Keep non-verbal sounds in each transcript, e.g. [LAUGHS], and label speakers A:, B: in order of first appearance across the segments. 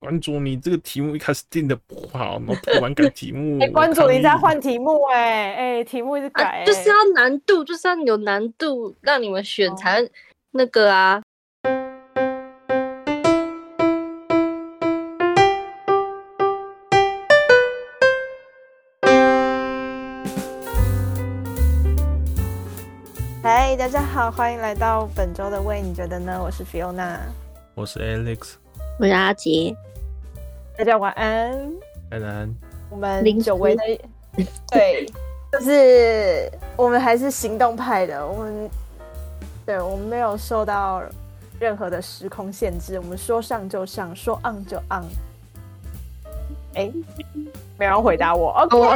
A: 关主，你这个题目一开始定的不好，然后突然改题目。
B: [LAUGHS] 哎、
A: 我
B: 关主
A: 抗
B: 你在
A: 议
B: 换题目哎、哎、题目一直改、
C: 啊，
B: 哎
C: 就是要难度，就是要有难度，让你们选
B: 哦
C: 才那个啊。
B: 嗨，大家好，欢迎来到本周的喂，你觉得呢？我是 Fiona，
A: 我是 Alex，
C: 我是阿杰，
B: 大家晚安。
A: 安安，
B: 我们
C: 临时
B: 久违的， [LAUGHS] 对，就是我们还是行动派的，我们对我们没有受到任何的时空限制，我们说上就上，说 on 就 on。哎，没有人回答我。OK，、
C: 哦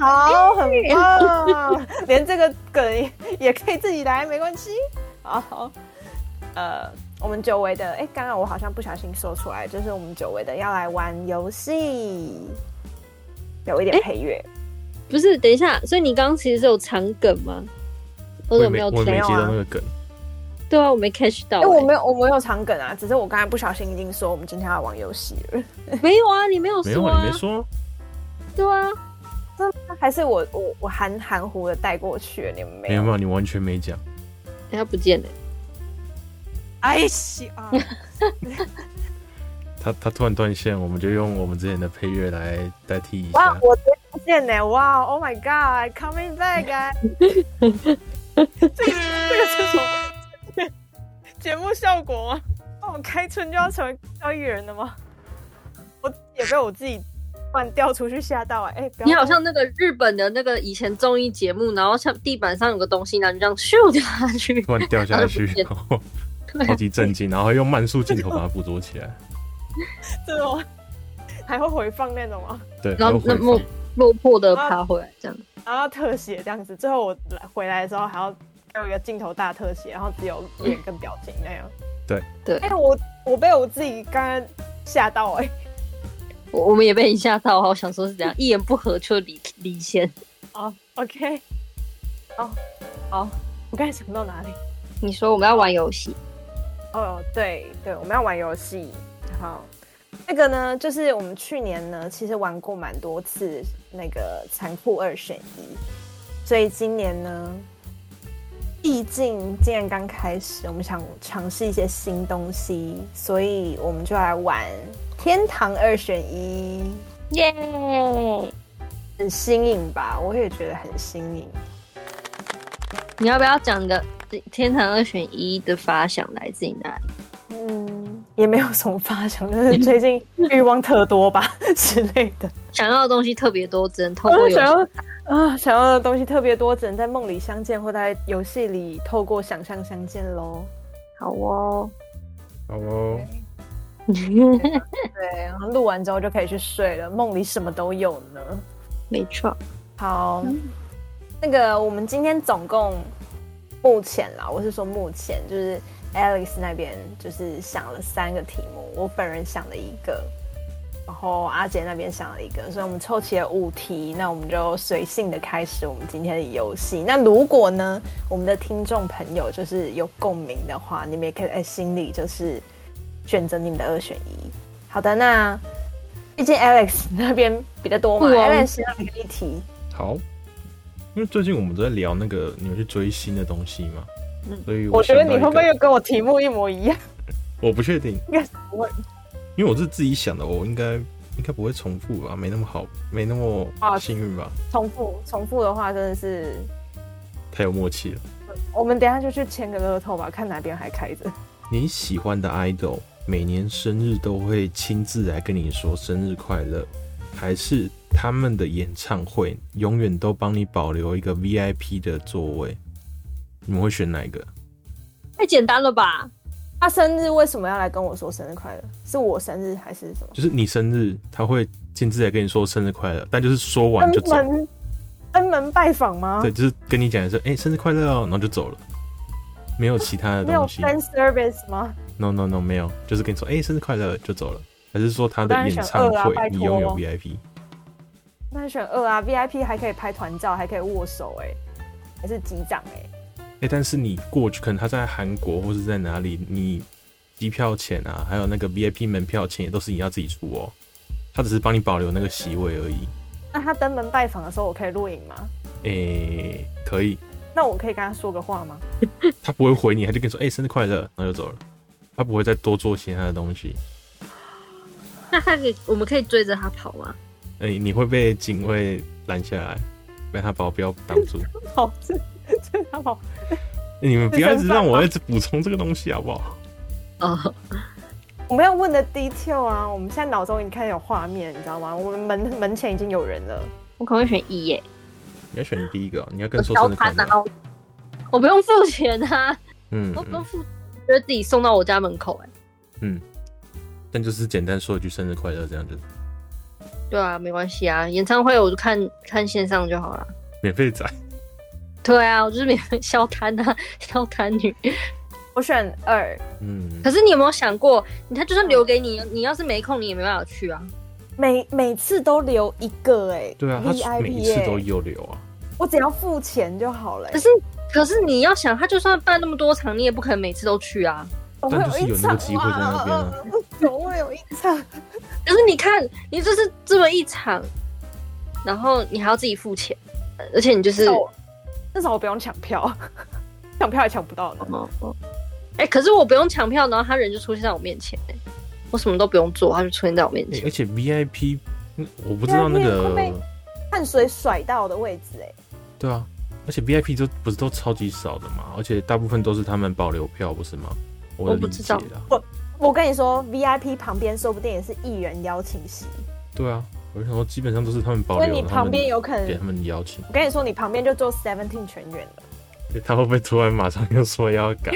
B: 好，很棒，连这个梗也也可以自己来，没关系。好，呃，我们久违的，哎，刚刚我好像不小心说出来，就是我们久违的要来玩游戏，有一点配乐。
C: 不是，等一下，所以你刚刚其实是有藏梗吗？
A: 我
C: 我
A: 也
C: 怎么
A: 没
C: 没有
A: 我也没
C: 听？
B: 有
A: 接到
B: 啊
A: 那个梗，
C: 对啊，我没 catch 到、
B: 哎、我没有，我没有长梗啊，只是我刚才不小心已经说我们今天要玩游戏了。 [LAUGHS]
C: 没有啊，你没有
A: 没有
C: 说
A: 啊，你
C: 啊
A: 没，说，
C: [LAUGHS] 对啊，
B: 还是我我我含含糊的带过去了，你们没
A: 没有
B: 有？
A: 嘛，你完全没讲。
C: 等一下不见了。
B: 哎西
C: [LAUGHS]
B: 啊！
A: 他他突然断线，我们就用我们之前的配乐来代替一
B: 哇
A: 下，。
B: 我发现呢、哇，Oh my God，coming back！、啊、
C: [LAUGHS]
B: 这个这个是什么节目效果吗？那我们开春就要成为交易人了吗？我也被我自己突然掉出去吓到哎、哎、不要
C: 欸你好像那个日本的那个以前综艺节目，然后像地板上有个东西，然后你这样咻掉下去。
A: 突然掉下
B: [LAUGHS]
A: 去
C: 他就不见，
A: 然后 [LAUGHS] 超级震惊，然后用慢速镜头把它捕捉起来。
B: 这种还会回放那种吗？
A: 对，
C: 然后
A: 还有
C: 那
A: 回放
C: 么落魄的爬回来，这样。
B: 然后要特写这样子，最后我来回来的时候还要给我一个镜头大特写，然后只有脸跟表情那样。
A: 对
C: 对
B: 哎、我我被我自己刚刚吓到哎、
C: 我我们也被你吓到，我想说是怎样，一言不合就离离线。
B: 哦，OK，哦，好，我刚才想到哪里？
C: 你说我们要玩游戏，
B: 哦，对对，我们要玩游戏。好，那个呢，就是我们去年呢，其实玩过蛮多次那个残酷二选一，所以今年呢，毕竟今年刚开始，我们想尝试一些新东西，所以我们就来玩天堂二选一，
C: [LAUGHS] 耶！
B: 很新颖吧？我也觉得很新颖。
C: 你要不要讲你的《天堂二选一》的发想来自于哪里？
B: 嗯，也没有什么发想，就是最近欲望特多吧 [LAUGHS] 之类的。
C: 想要的东西特别多，只能透
B: 我
C: 过游
B: 想
C: 戏。
B: 要啊，想要的东西特别多，只能在梦里相见，或在游戏里透过想象相见喽。
C: 好哦，
A: 好哦，
B: 对，然后录完之后就可以去睡了，梦里什么都有呢。
C: 没错。
B: 好，那个我们今天总共目前啦，我是说目前就是 Alex 那边就是想了三个题目，我本人想了一个，然后阿杰那边想了一个，所以我们凑齐了五题，那我们就随性的开始我们今天的游戏。那如果呢，我们的听众朋友就是有共鸣的话，你们也可以在哎心里就是选择你们的二选一。好的，那毕竟 Alex 那边比较多嘛、
C: 不
B: a
C: 哦
B: l e x 那边一题。
A: 好。因为最近我们都在聊那个你们去追新的东西嘛，
C: 嗯
A: 所以
B: 我觉得你会不会又
A: 有？
B: 跟我题目一模一样？
A: 我不确定，
B: 应该是不会
A: 因为我是自己想的，我应该应该不会重复吧，没那么好，没那么
B: 啊
A: 幸运吧，
B: [LAUGHS] 重复，重复的话真的是，
A: 太有默契了。
B: 我们等一下就去签个乐透吧，看哪边还开着。
A: 你喜欢的 idol 每年生日都会亲自来跟你说生日快乐，还是他们的演唱会永远都帮你保留一个 VIP 的座位？你们会选哪一个？
C: 太简单了吧？
B: [LAUGHS] 他生日为什么要来跟我说生日快乐？是我生日还是什么？
A: 就是你生日，他会亲自来跟你说生日快乐，但就是说完就
B: 登
A: 走，
B: 门登门拜访吗
A: 对，？就是跟你讲一声，哎、生日快乐哦，然后就走了，没有其他的
B: 没有
A: 东西
B: fan service 吗？
A: ，no no no，没有，就是跟你说，哎、生日快乐就走了，还是说他
B: 我当
A: 的
B: 然
A: 演
B: 选
A: 唱
B: 二啊
A: 会、
B: 拜
A: 你拥有
B: 托
A: VIP？
B: 那选二啊，VIP 还可以拍团照，还可以握手、哎，还是击掌、哎，
A: 哎、但是你过去，可能他在韩国或是在哪里，你机票钱啊，还有那个 VIP 门票钱也都是你要自己出哦。他只是帮你保留那个席位而已。
B: 那他登门拜访的时候，我可以录影吗？
A: 诶、哎可以，
B: 那我可以跟他说个话吗？ [LAUGHS]
A: 他不会回你，他就跟你说：“诶、哎生日快乐”，然后就走了。他不会再多做其他的东西。
C: 那他可以，我们可以追着他跑吗？
A: 诶、哎你会被警卫拦下来，被他保镖挡住。哎
B: 好，这这他好，
A: 你们不要一直让我一直补充这个东西好不好？
C: 哦，
B: 我们要问的 detail 啊，我们现在脑中已经开始有画面，你知道吗？我们门门前已经有人了，
C: 我可能会选一耶，
A: 你要选第一个哦，你要
C: 我
A: 跟说生日
C: 他
A: 快
C: 然
A: 乐。
C: 后我不用付钱啊，
A: 嗯
C: 我不用
A: 嗯，
C: 付，就是自己送到我家门口哎、
A: 但就是简单说一句生日快乐，这样就
C: 对啊，没关系啊，演唱会我就看看线上就好了。
A: 免费仔。
C: 对啊，我就是免费消摊啊， [LAUGHS] 消摊女。
B: 我选二，
A: 嗯
C: 可是你有没有想过，你他就算留给你，你要是没空，你也没办法去啊。
B: 每每次都留一个哎、欸，
A: 对啊，他
B: VIP
A: 每一次都
B: 欸
A: 有留啊。
B: 我只要付钱就好了欸、
C: 可是，可是你要想，他就算办那么多场，你也不可能每次都去啊。
B: 总
A: 但就
B: 会
A: 是有
B: 一
A: 那个
B: 场
A: 机会在那边啊
B: 哇总会有一场，
C: 可是你看，你就是这么一场，然后你还要自己付钱，呃而且你就是
B: 至少我至少我不用抢票， [LAUGHS] 抢票也抢不到呢。
C: 哦哦哎、可是我不用抢票，然后他人就出现在我面前、哎，我什么都不用做，他就出现在我面
A: 欸
C: 前。
A: 而且 VIP，嗯我不知道那
B: VIP 会
A: 个
B: 被，汗水甩到我的位置哎、欸，
A: 对啊，而且 VIP 都不是都超级少的嘛，而且大部分都是他们保留票，不是吗？我
C: 我
A: 的
C: 不
A: 理
C: 知
A: 解啊
C: 道
A: 啦，
B: 我跟你说，VIP 旁边说不定也是艺人邀请席，
A: 对啊，我就想说基本上都是他们保
B: 因为
A: 留，
B: 你
A: 然后他
B: 旁
A: 们
B: 边有可
A: 给他
B: 能，
A: 们邀请，哎
B: 我跟你说，你旁边就做 Seventeen 全员了。
A: 他会不会突然马上又说要改？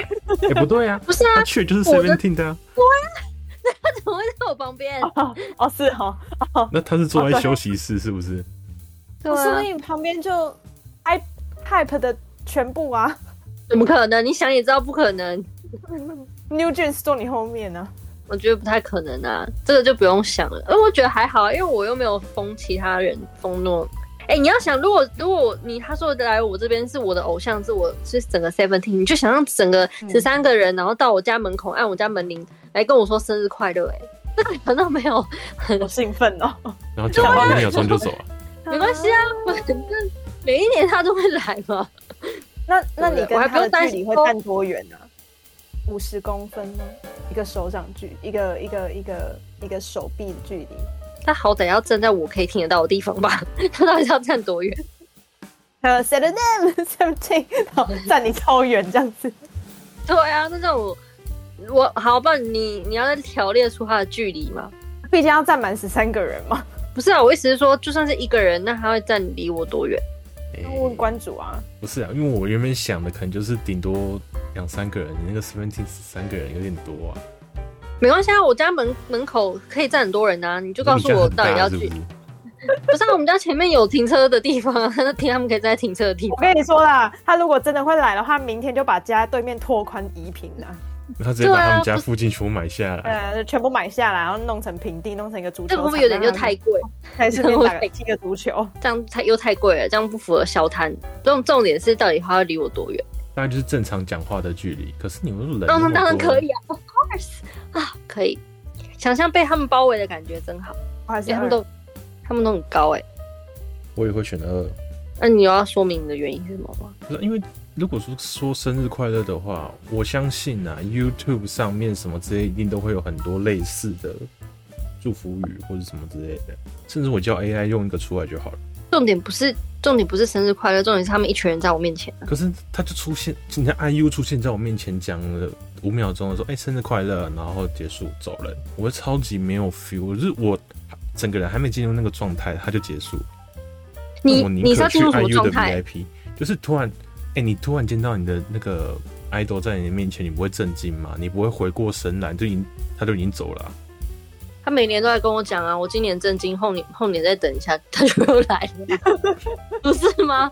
A: 哎、不对啊，
C: 不是啊
A: 他，去就是
C: 我的
A: Seventeen 的、啊，
C: 他怎么会在我旁边？
B: 哦，哦是哦，
A: 那他是坐
B: 哦
A: 在
B: 对
A: 休息室是不是？
C: 对
B: 我说
C: 啊
B: 不，定你旁边就 i hype 的全部啊 [LAUGHS]
C: 怎么可能？你想也知道不可能，
B: ，New Jeans 坐你后面啊
C: [LAUGHS]
B: 呢、
C: 我觉得不太可能啊，这个就不用想了。而呃我觉得还好，因为我又没有封其他人封诺。哎、你要想，如果如果你他说的来我这边是我的偶像，是我是整个 Seventeen，你就想让整个
B: 嗯
C: 十三个人，然后到我家门口按我家门铃来跟我说生日快乐、哎，这个难道没有？
B: 好兴奋哦！
A: 然后讲完五秒钟就走了、
C: 没关系啊，我反正每一年他都会来嘛。
B: [LAUGHS] 那那你
C: 啊我
B: 跟
C: 还不
B: 他
C: 用担
B: 的距
C: 心
B: 离会
C: 说
B: 站多远呢、啊？五十公分吗？一个手掌距，一个一个一个一个手臂的距离。
C: 他好歹要站在我可以听得到的地方吧？他到底是要站多远？ [LAUGHS]
B: 呃，Saturday [LAUGHS] Seventeen，好，站你超远这样子。
C: 对啊，那种我我好吧，你你要再条列出他的距离嘛？
B: 毕竟要站满十三个人嘛，
C: 不是啊，我意思是说，就算是一个人，那他会站离我多远？
A: 欸
B: 要问关主啊。
A: 不是啊，因为我原本想的可能就是顶多两三个人，你那个 Seventeen 三个人有点多啊。
C: 没关系啊，我家门门口可以站很多人啊，你就告诉我到底要
A: 你
C: 去
A: 家很大是不。是
C: 不是啊，我们家前面有停车的地方 [LAUGHS] 啊，那停他们可以在停车的地
B: 我
C: 方。
B: 跟你说啦，他如果真的会来的话，明天就把家对面拓宽移平了，
A: [LAUGHS] 他直接
C: 啊
A: 把他们家附近全部买下来，
B: 呃，全部买下来，然后弄成平地，弄成一个足球
C: 这个
B: 场。
C: 会不会有点就
B: 让他
C: 太贵？
B: 还是边打个踢个足球？
C: 这样太又太贵了，这样不符合消摊。重重点是到底他要离我多远？
A: 大概就是正常讲话的距离。可是你们人那
C: 当
A: 么
C: 然
A: 多
C: 当然可以啊，of course 啊，可以。想象被他们包围的感觉真好，
B: 还是啊
C: 因为他们
B: 二
C: 都他们都很高哎、
A: 我也会选二。
C: 那你有要说明你的原因是什么吗？
A: 不是因为如果说说生日快乐的话，我相信啊，YouTube 上面什么之类，一定都会有很多类似的祝福语或者什么之类的，甚至我叫 AI 用一个出来就好了。
C: 重点不是重点不是生日快乐，重点是他们一群人在我面前。
A: 可是他就出现，人家 IU 出现在我面前讲了五秒钟的说：“哎、生日快乐！”然后结束走人，我超级没有 feel，就是我整个人还没进入那个状态，他就结束。
C: 你
A: 我宁
C: 你是
A: 可
C: 要
A: 去
C: 进入什么
A: IU
C: 状
A: 的
C: 态？
A: VIP，就是突然，哎、你突然见到你的那个 idol 在你的面前，你不会震惊吗？你不会回过神来，就已经他就已经走了啊、
C: 他每年都在跟我讲啊，我今年震惊，后年后年再等一下，他就又来了， [LAUGHS] 不是吗？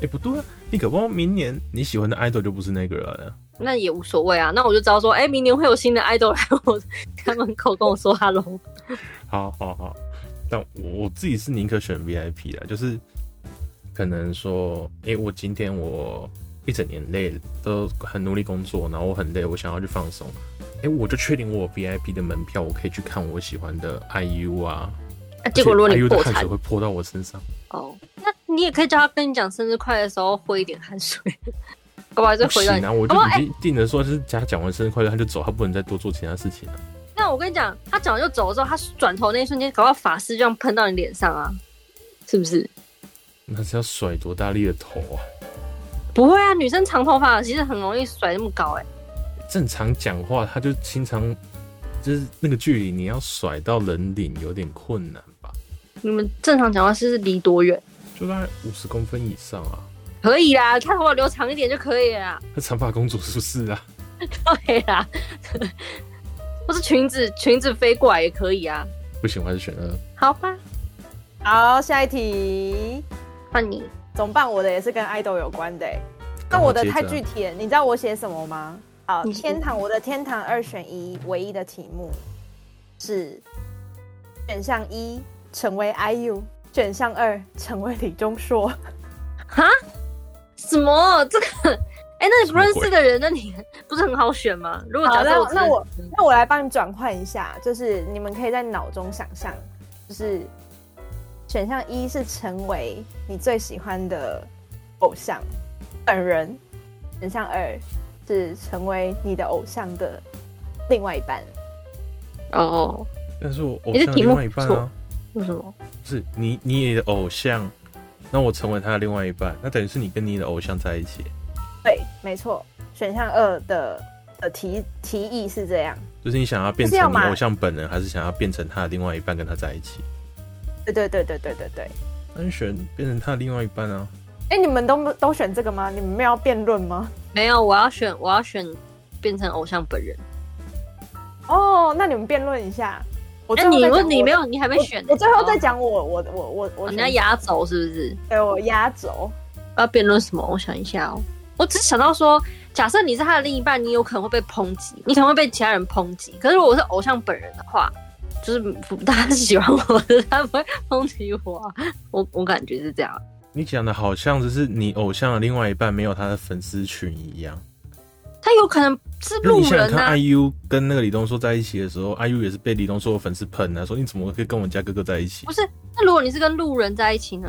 A: 哎、不对啊，你搞不好明年你喜欢的 idol 就不是那个人啊了。
C: 那也无所谓啊，那我就知道说，哎、明年会有新的 idol 来我家门口跟我说 hello。
A: 好好好，但我我自己是宁可选 VIP 啦，就是可能说，哎、我今天我一整年累了，都很努力工作，然后我很累，我想要去放松，哎、我就确定我有 VIP 的门票，我可以去看我喜欢的 IU 啊。
C: 啊结果如果
A: 而且
C: 你
A: IU 的
C: 破
A: 汗
C: 产
A: 水会泼到我身上，
C: 哦，那你也可以叫他跟你讲生日快乐的时候挥一点汗水， [LAUGHS] 搞不好就
A: 不
C: 回哦哎
A: 行啊！
C: 到你。
A: 我就
C: 好不好
A: 已经定了说，就是他讲完生日快乐他就走，他不能再多做其他事情了。
C: 那我跟你讲，他讲完就走了之后，他转头那一瞬间，搞不好法师这样喷到你脸上啊，是不是？
A: 那是要甩多大力的头啊！
C: 不会啊，女生长头发其实很容易甩那么高哎、
A: 正常讲话，他就经常就是那个距离，你要甩到人顶有点困难吧？
C: 你们正常讲话是离多远？
A: 就大概五十公分以上啊。
C: 可以啦，他头发留长一点就可以了啦。 [LAUGHS]
A: 那长发公主是不是啊？
C: 对啦， [LAUGHS] 或是裙子裙子飞过来也可以啊。
A: 不行，我还是选二。
C: 好吧，
B: 好，下一题，
C: 换你。
B: 怎么办？我的也是跟爱豆有关的、欸，
A: 赶
B: 但
A: 快
B: 我的
A: 接着啊
B: 太具体了。你知道我写什么吗？好，
C: 你
B: 天堂，我的天堂二选一，唯一的题目是选项一成为 IU，选项二成为李钟硕。
C: 哈？什么？这个？哎、那你不认识的人，那你不是很好选吗？如果假
B: 好，那
C: 设我
B: 那我那我来帮你转换一下，就是你们可以在脑中想象，就是选项一是成为你最喜欢的偶像本人，选项二是成为你的偶像的另外一半。
C: 哦，
A: 但是我偶
C: 你的
A: 像的
C: 题目
A: 另外一半
C: 不
A: 啊
C: 错，为什么？
A: 不是你你的偶像，那我成为他的另外一半，那等于是你跟你的偶像在一起，
B: 对，没错，选项二的的提提议是这样。
A: 就是你想要变
B: 就是要
A: 成你
B: 嘛
A: 偶像本人，还是想要变成他的另外一半跟他在一起？
B: 对对对对对对对。
A: 那你选变成他的另外一半啊？
B: 哎，你们都都选这个吗？你们没有要辩论吗？
C: 没有，我要选，我要选变成偶像本人。
B: 哦，那你们辩论一下。我
C: 哎、
B: 最后
C: 你
B: 再讲
C: 问你
B: 我
C: 没
B: 的
C: 有，你还没
B: 我
C: 选呢、
B: 我最后再
C: 哦
B: 讲我我我我我
C: 哦你
B: 选
C: 要压轴是不是？
B: 对我压轴，
C: 要辩论什么？我想一下哦。我只是想到说，假设你是他的另一半，你有可能会被抨击，你可能会被其他人抨击。可是如果我是偶像本人的话，就是不大家是喜欢我的，他不会抨击我啊、 [LAUGHS] 我我感觉是这样。
A: 你讲的好像就是你偶像的另外一半没有他的粉丝群一样。
C: 他有可能是
A: 那
C: 路
A: 你想想
C: 人
A: 看
C: 啊，
A: ，IU 跟那个李东硕在一起的时候，IU 也是被李东硕的粉丝喷啊，说你怎么可以跟我家哥哥在一起
C: 不？是？那如果你是跟路人在一起呢？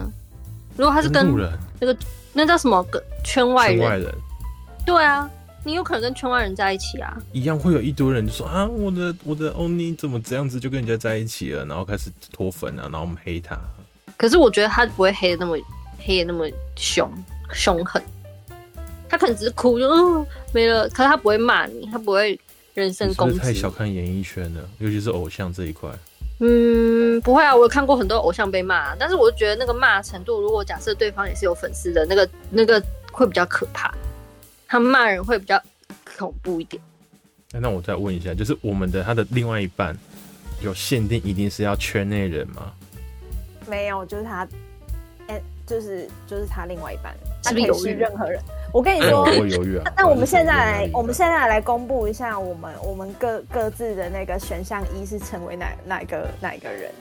C: 如果他是跟
A: 路人、
C: 那叫什么跟圈外
A: 圈
C: 人，
A: 外人
C: 对啊，你有可能跟圈外人在一起啊。
A: 一样，会有一堆人就说啊，我的我的 Only 怎么这样子就跟人家在一起了，然后开始脱粉啊，然后我们黑他。
C: 可是我觉得他不会黑的那么黑的那么凶凶狠，他可能只是哭就嗯没了，可是他不会骂你，他不会人身
A: 你是
C: 攻
A: 不是太
C: 击
A: 小。看演艺圈了，尤其是偶像这一块。
C: 嗯，不会啊，我有看过很多偶像被骂，但是我就觉得那个骂的程度，如果假设对方也是有粉丝的，那个那个会比较可怕，他骂人会比较恐怖一点。
A: 哎那我再问一下，就是我们的他的另外一半有限定，一定是要圈内人吗？
B: 没有，就是他，哎、就是就是他另外一半，他
C: 是
B: 可
C: 不
B: 以
C: 是犹
B: 是
C: 豫
B: 任何人。哎我跟你
A: 那
B: 说
A: 我，会犹豫啊。
B: 那我们现在
A: 还是选另外一
B: 来，
A: 半
B: 我们现在来公布一下我们我们各各自的那个选项一是成为哪哪一个哪一个人。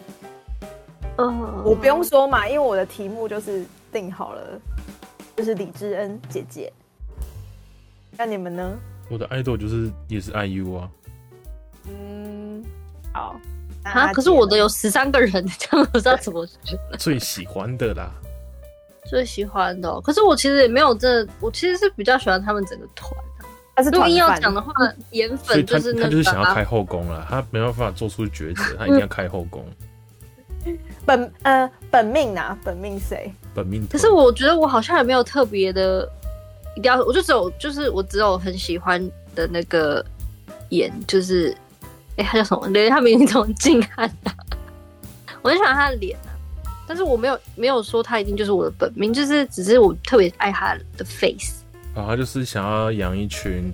C: 嗯，
B: 哦我不用说嘛，因为我的题目就是定好了，就是李智恩姐姐。那你们呢？
A: 我的爱豆就是也是 IU 啊，
B: 嗯，好。
C: 啊，可是我的有十三个人， [LAUGHS] 这样我不知道怎么选。
A: 最喜欢的啦。
C: 最喜欢的哦、可是我其实也没有真的，我其实是比较喜欢他们整个团。
B: 他是
C: 如果
B: 团
C: 硬要
B: 饭
C: 讲的话，颜
A: 所以
C: 粉
A: 他
C: 是那
A: 他
C: 个、啊，
A: 就是想要开后宫了，他没办法做出抉择，他一定要开后宫。
B: 本呃本命啊，本命谁？
A: 本命
C: 可
A: 可
C: 是我觉得我好像也没有特别的，一定要，我就只有就是我只有很喜欢的那个演，就是哎、他叫什么？连他名字怎么静汉啊？我很喜欢他的脸啊，但是我没有没有说他一定就是我的本命，就是只是我特别爱他的 face。
A: 然后啊他就是想要养一群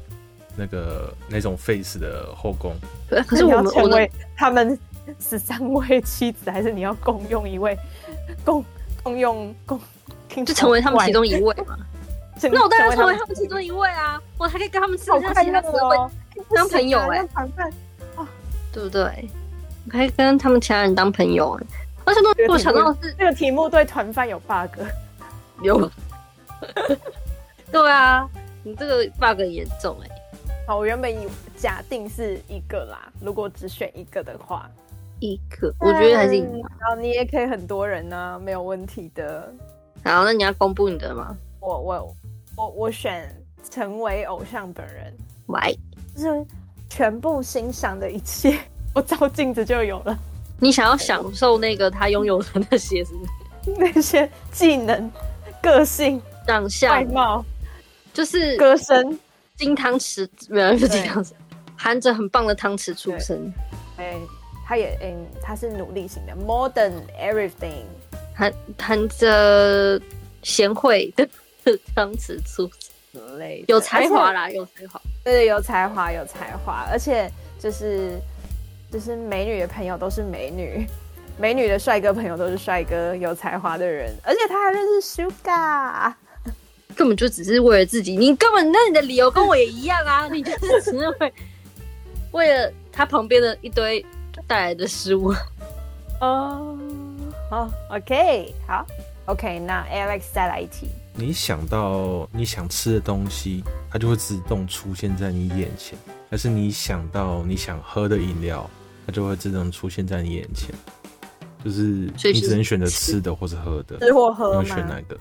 A: 那个那种 face 的后宫，
C: 对可是我
B: 那你
C: 们
B: 要
C: 我
B: 成
C: 的
B: 为他们十三位妻子，还是你要共用一位，共共用共，
C: 就成为他们其中一位
B: [LAUGHS]
C: 嘛，
B: 成
C: 那我当然成
B: 成
C: 为
B: 为
C: 他们其中一位啊，我还可以跟他们吃
B: 好
C: 一下
B: 快
C: 其他
B: 乐
C: 十位
B: 哦，
C: 当朋友
B: 是啊
C: 哎、
B: 那团饭
C: 对不对？我可以跟他们其他人当朋友哎、而且都我想到的是
B: 这个题目对团饭有 bug，
C: 有， [LAUGHS] 对啊，你这个 bug 很严重哎、
B: 好，我原本以假定是一个啦，如果只选一个的话，
C: 一个，我觉得还是啊一
B: 嗯
C: 样。
B: 然后你也可以很多人呢、啊没有问题的。
C: 好，那你要公布你的吗？
B: 我我我我选成为偶像本人，
C: 喂，
B: 就是全部欣赏的一切， [LAUGHS] 我照镜子就有了 [LAUGHS]
C: 你想要享受那个他拥有的那些是不是
B: 那些技能、个性、
C: 长
B: 外
C: 相，
B: 貌、
C: 就是
B: 歌声。
C: 金汤匙，没有不是
B: 对
C: 金汤匙，含着很棒的汤匙出生，
B: 哎、他也嗯，他是努力型的，more than everything。
C: 含含着贤惠的汤匙出生，
B: 之类的
C: 有才华，
B: 哎
C: 啦，有才
B: 而
C: 华。
B: 且对对，有才华，有才华，而且就是就是美女的朋友都是美女， [LAUGHS] 美女的帅哥朋友都是帅哥，有才华的人，而且他还认识 Suga，
C: 根本就只是为了自己，你根本那你的理由跟我也一样
B: [LAUGHS]
C: 啊，你就是只是为为了他旁边的一堆带来的失误。
B: 哦，好，OK，好，OK，那 Alex 再来一题，
A: 你想到你想吃的东西，它就会自动出现在你眼前；但是你想到你想喝的饮料，它就会自动出现在你眼前。就是
C: 所以
A: 你
C: 是
A: 只能选择吃的或是喝的，
B: 吃或
A: 你
B: 喝
A: 会选
B: 吗
A: 哪？个？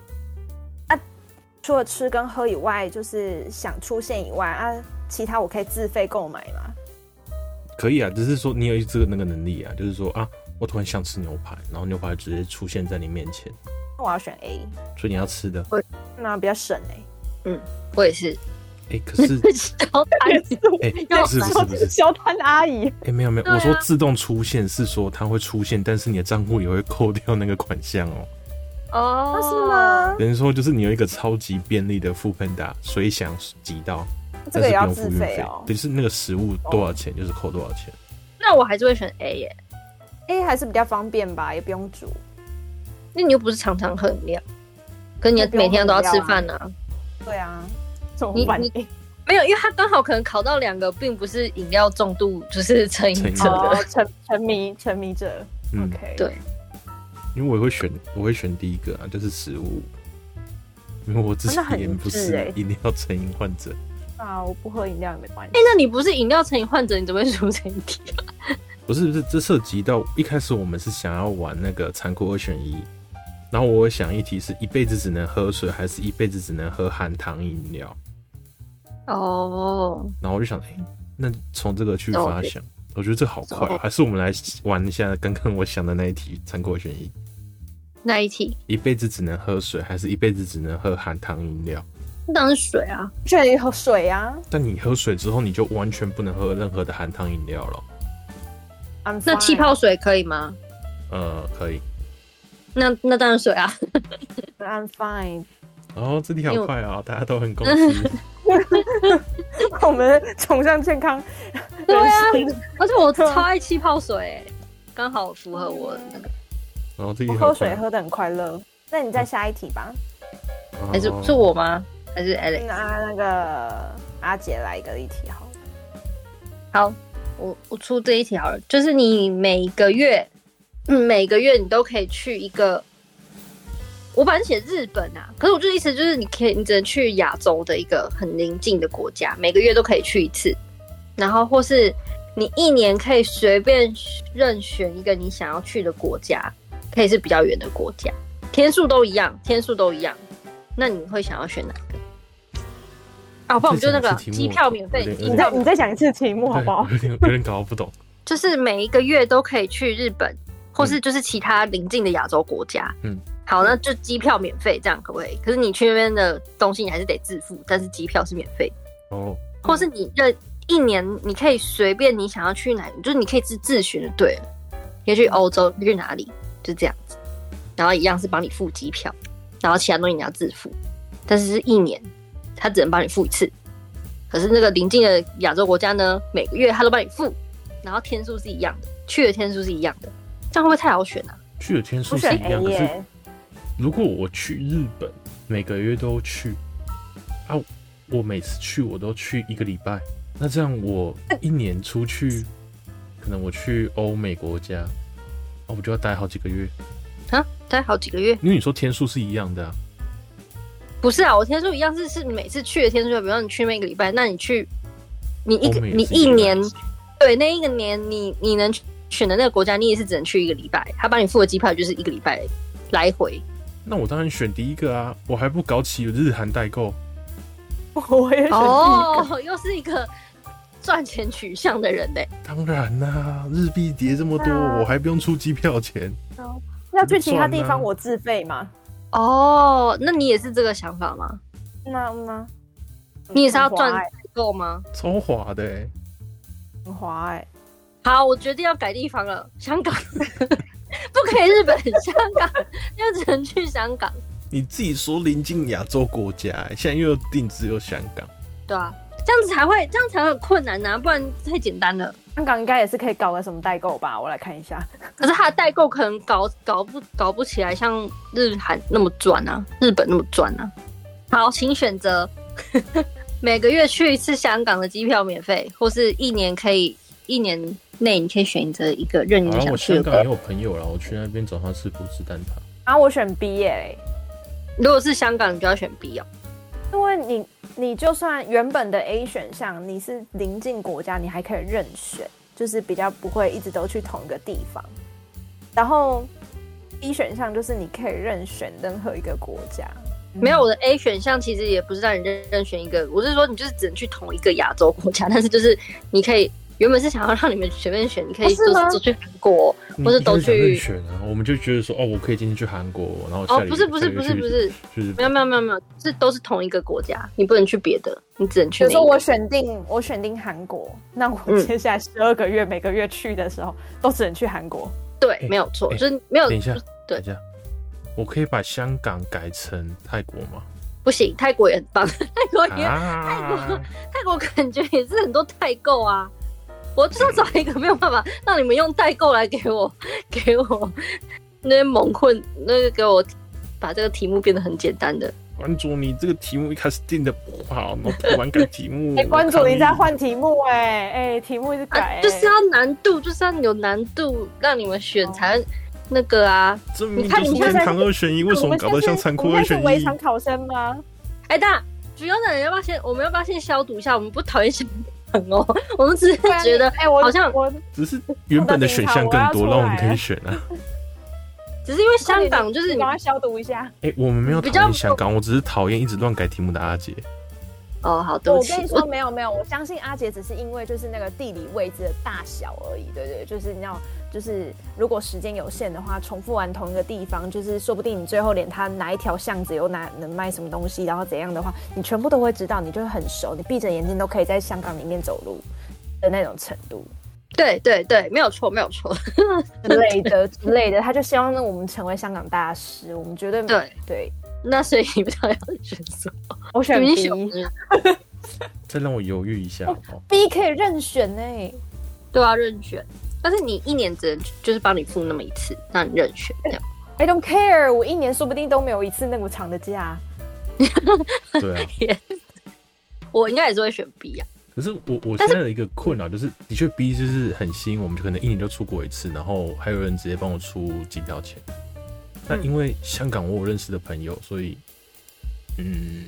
B: 除了吃跟喝以外，就是想出现以外啊，其他我可以自费购买吗？
A: 可以啊，只是说你有这个那个能力啊，就是说啊，我突然想吃牛排，然后牛排直接出现在你面前，
B: 那我要选 A，
A: 所以你要吃的。
B: 那比较省哎、
C: 我也是，
A: 哎、可
B: [LAUGHS]
A: 是
C: 然后
B: 哦
C: 他
A: 哎、
C: 要
A: 不是不是不是，
B: 小摊阿姨。
A: 哎、没有没有，
C: 对啊
A: 我说自动出现是说它会出现，但是你的账户也会扣掉那个款项哦。
C: 哦
B: 那是？吗？
A: 等于说就是你有一个超级便利的副喷达，随想即到，
B: 这
A: 但
B: 个
A: 是不
B: 也要
A: 用
B: 自
A: 付运
B: 费
A: 费
B: 哦，。
A: 对就是那个食物多少钱就是扣多少钱。
C: 那我还是会选 A 耶，
B: A 还是比较方便吧，也不用煮。
C: 那你又不是常常喝饮料，可你
B: 那不用
C: 每天都要吃饭呢、
B: 对啊，怎
C: 你你没有，因为他刚好可能考到两个，并不是饮料重度，就是成瘾者
A: 成瘾
C: 的。
B: 哦，沉沉迷沉迷者。
A: 嗯
B: OK，
C: 对，
A: 因为我也会选，我会选第一个啊，就是食物，因为我自己
B: 啊那很
A: 也不
B: 一致
A: 是
B: 欸
A: 饮料成瘾患者。
B: 啊，我不喝饮料也没关系
C: 哎、。那你不是饮料成瘾患者，你怎么会出成题？
A: 不是不是，这涉及到一开始我们是想要玩那个残酷二选一，然后我想一题是一辈子只能喝水，还是一辈子只能喝含糖饮料？
C: 哦，
A: 然后我就想，哎、那从这个去发想，我觉得这好快哦、
C: 哦
A: 还是我们来玩一下刚刚我想的那一题残酷二选一，
C: 那一题
A: 一辈子只能喝水，还是一辈子只能喝含糖饮料？
C: 那当然是水啊。
B: 劝你喝水啊
A: 但你喝水之后，你就完全不能喝任何的含糖饮料了。
B: ，I'm fine，
C: 那气泡水可以吗？
A: 呃，可以。
C: 那那当然水啊。
B: ，I'm fine。 [LAUGHS]
A: 哦，这题好
C: 因为
A: 快啊、大家都很恭
C: [LAUGHS]
A: 喜。
B: 我们崇尚健康，
C: 对啊
B: 人生
C: 而且我超爱气泡水、欸刚好符合我的那个。
A: 然后这题
B: 我
A: 好
B: 喝
A: 快
B: 水嗯
A: 啊，
B: 喝的很快乐。那你再下一题吧。
A: 哦
C: 还是是我吗？还是 Alex？
B: 那那个阿杰来一个一题好了。
C: 好，我我出这一条了，就是你每个月，嗯，每个月你都可以去一个。我本来写日本啊，可是我就意思就是，你可以，你只能去亚洲的一个很邻近的国家，每个月都可以去一次，然后或是你一年可以随便任选一个你想要去的国家，可以是比较远的国家，天数都一样，天数都一样，那你会想要选哪个？啊，不然我们就那个
A: 这是什么
C: 机票免费
A: 有，点
C: 机
B: 你
C: 票
B: 再你再讲一次题目好不好
A: 对？有点有点搞不懂。
C: 就是每一个月都可以去日本，或是就是其他邻近的亚洲国家。
A: 嗯，
C: 好，那就机票免费，这样可不可以？可是你去那边的东西你还是得自付，但是机票是免费，
A: 哦，
C: 或是你这一年你可以随便你想要去哪，就是你可以自自选就对了。你要去欧洲，你要去哪里，就这样子。然后一样是帮你付机票，然后其他东西你要自付，但是是一年，他只能帮你付一次。可是那个邻近的亚洲国家呢，每个月他都帮你付，然后天数是一样的，去的天数是一样的，这样会不会太好选啊？
A: 去的天数
B: 我
A: 是
B: 选
A: 一
B: A
A: 样，可
C: 哎
A: 是
B: 耶，
A: 如果我去日本，每个月都去啊，我每次去我都去一个礼拜，那这样我一年出去，可能我去欧美国家，啊，我就要待好几个月，
C: 啊，待好几个月
A: 因为你说天数是一样的啊、
C: 不是啊，我天数一样是是你每次去的天数，比方你去那一个礼拜，那你去你一个
A: 欧美也
C: 你
A: 是
C: 一
A: 样
C: 年，对那一个年你你能选的那个国家，你也是只能去一个礼拜，他帮你付的机票就是一个礼拜来回。
A: 那我当然选第一个啊，我还不搞起日韩代购。
B: [LAUGHS] 我也选第一个。
C: 哦，又是一个赚钱取向的人嘞、欸
A: 当然啦、日币跌这么多，
B: 啊
A: 我还不用出机票钱。
B: 要去其他地
A: 算啊
B: 方我自费吗？
C: 哦，那你也是这个想法吗？
B: 那吗？
C: [LAUGHS] 你也是要赚
B: 很滑欸
C: 够吗？
A: 超滑的、欸，
B: 很滑哎、
C: 好，我决定要改地方了，香港， [LAUGHS] 不可以日本，香港，又只能去香港。
A: 你自己说临近亚洲国家、欸，现在又定制又香港，
C: 对啊，这样子才会，这样才会有困难呐、啊不然太简单了。
B: 香港应该也是可以搞个什么代购吧？我来看一下。
C: 可是它的代购可能搞搞不搞不起来，像日韩那么赚啊，日本那么赚啊。好，请选择 [LAUGHS] 每个月去一次香港的机票免费，或是一年可以一年内你可以选择一个任
A: 好
C: 意你
A: 了，
C: 想
A: 我
C: 去嗯
A: 香
C: 的国
A: 港
C: 家
A: 也。有朋友啦，我去那边找他吃葡式蛋挞。
B: 然啊后我选 B 耶、
C: 如果是香港，你就要选 B 哦。
A: 嗯
B: 因为你你就算原本的 A 选项你是邻近国家，你还可以任选，就是比较不会一直都去同一个地方。然后 B 选项就是你可以任选任何一个国家，
C: 没有我的 A 选项，其实也不是让你任任选一个，我是说你就是只能去同一个亚洲国家，但是就是你可以原本是想要让你们随便选，你可以
B: 哦
C: 就是
B: 吗
C: 是走去韩国，
A: 嗯
C: 或是都
A: 你一开始想任
C: 去。
A: 选啊，我们就觉得说，哦，我可以今天去韩国，然后
C: 哦
A: 下，礼
C: 不是不是不是不，是，
A: 下礼拜去去日
C: 没有
A: 本
C: 没有没有没有，是都是同一个国家，你不能去别的，你只能
B: 比
C: 去
B: 如
C: 那一个。
B: 说我选定我选定韩国，那我
C: 嗯
B: 接下来十二个月每个月去的时候都只能去韩国。
C: 对
A: 哎，
C: 没有错，
A: 哎
C: 就是没有
A: 等一下，
C: 对
A: 等一下，我可以把香港改成泰国
C: [LAUGHS]
A: 吗？
C: 不行，泰国也很棒， [LAUGHS] 泰国也、
A: 啊，
C: 泰国感觉也是很多代购啊。我就是要找一个没有办法让你们用代购来给我 [LAUGHS] 给我那些蒙混，那个给我把这个题目变得很简单的。
A: 关主，你这个题目一开始定的不好，然后突然改题目
C: [LAUGHS]
B: 哎、，关
A: 我
B: 主
A: 抗议
B: 你在换题目哎、哎、题目一直改、哎
C: 啊就是要难度，就是要有难度，让你们选才那个啊。
A: 证明
C: 你看
A: 就是
C: 你现
A: 天
C: 在
A: 堂二选一，为什么搞得像残酷
B: 我们
A: 二
B: 现
A: 选
B: 在是围
A: 一？
B: 场考生吗？
C: 哎、大家主要的人要不要先？我们要不要先消毒一下？我们不讨厌香港哦，我们只是
B: 不然
C: 觉得，
B: 哎、我
C: 好像
B: 我
A: 只是原本的选项更多，让
B: 我的平常我要出来
A: 我们可以选啊。
C: 只是因为香港就是
B: 你
C: 你
B: 赶快消毒一下。
A: 哎、我们没有
C: 比
A: 讨
C: 较
A: 厌香港，我只是讨厌一直乱改题目的阿杰。
C: 哦，好，对不
B: 我
C: 起
B: 跟你，
C: 我
B: 说，没有没有，我相信阿杰只是因为就是那个地理位置的大小而已，对对，就是你要就是如果时间有限的话，重复完同一个地方，就是说不定你最后连他哪一条巷子有哪能卖什么东西，然后怎样的话，你全部都会知道，你就会很熟，你闭着眼睛都可以在香港里面走路的那种程
C: [LAUGHS]
B: 度
C: 对对对，没有错，没有错， [LAUGHS]
B: 之类的之类的，他就希望让我们成为香港大师，我们绝对
C: 对。
B: 对，
C: 那所以你不知道要选什么？
B: 我 [LAUGHS] 选
C: 你
B: B
C: 选
A: 再让我犹豫一下
C: 哦
A: 哦好不好？
B: B 可以任选呢、
C: 对啊，任选。但是你一年只能就是帮你付那么一次，让你任选这
B: [LAUGHS]
C: 样。
B: I don't care，我一年说不定都没有一次那么长的假。
A: 对
C: [LAUGHS]
A: 啊，
C: 我应该也是会选 B 啊。
A: 可是我我现在有一个困扰，就是的确 B 就是很吸引我们，就可能一年就出国一次，然后还有人直接帮我出机票钱。
C: 嗯
A: 但因为香港我有认识的朋友，所以嗯，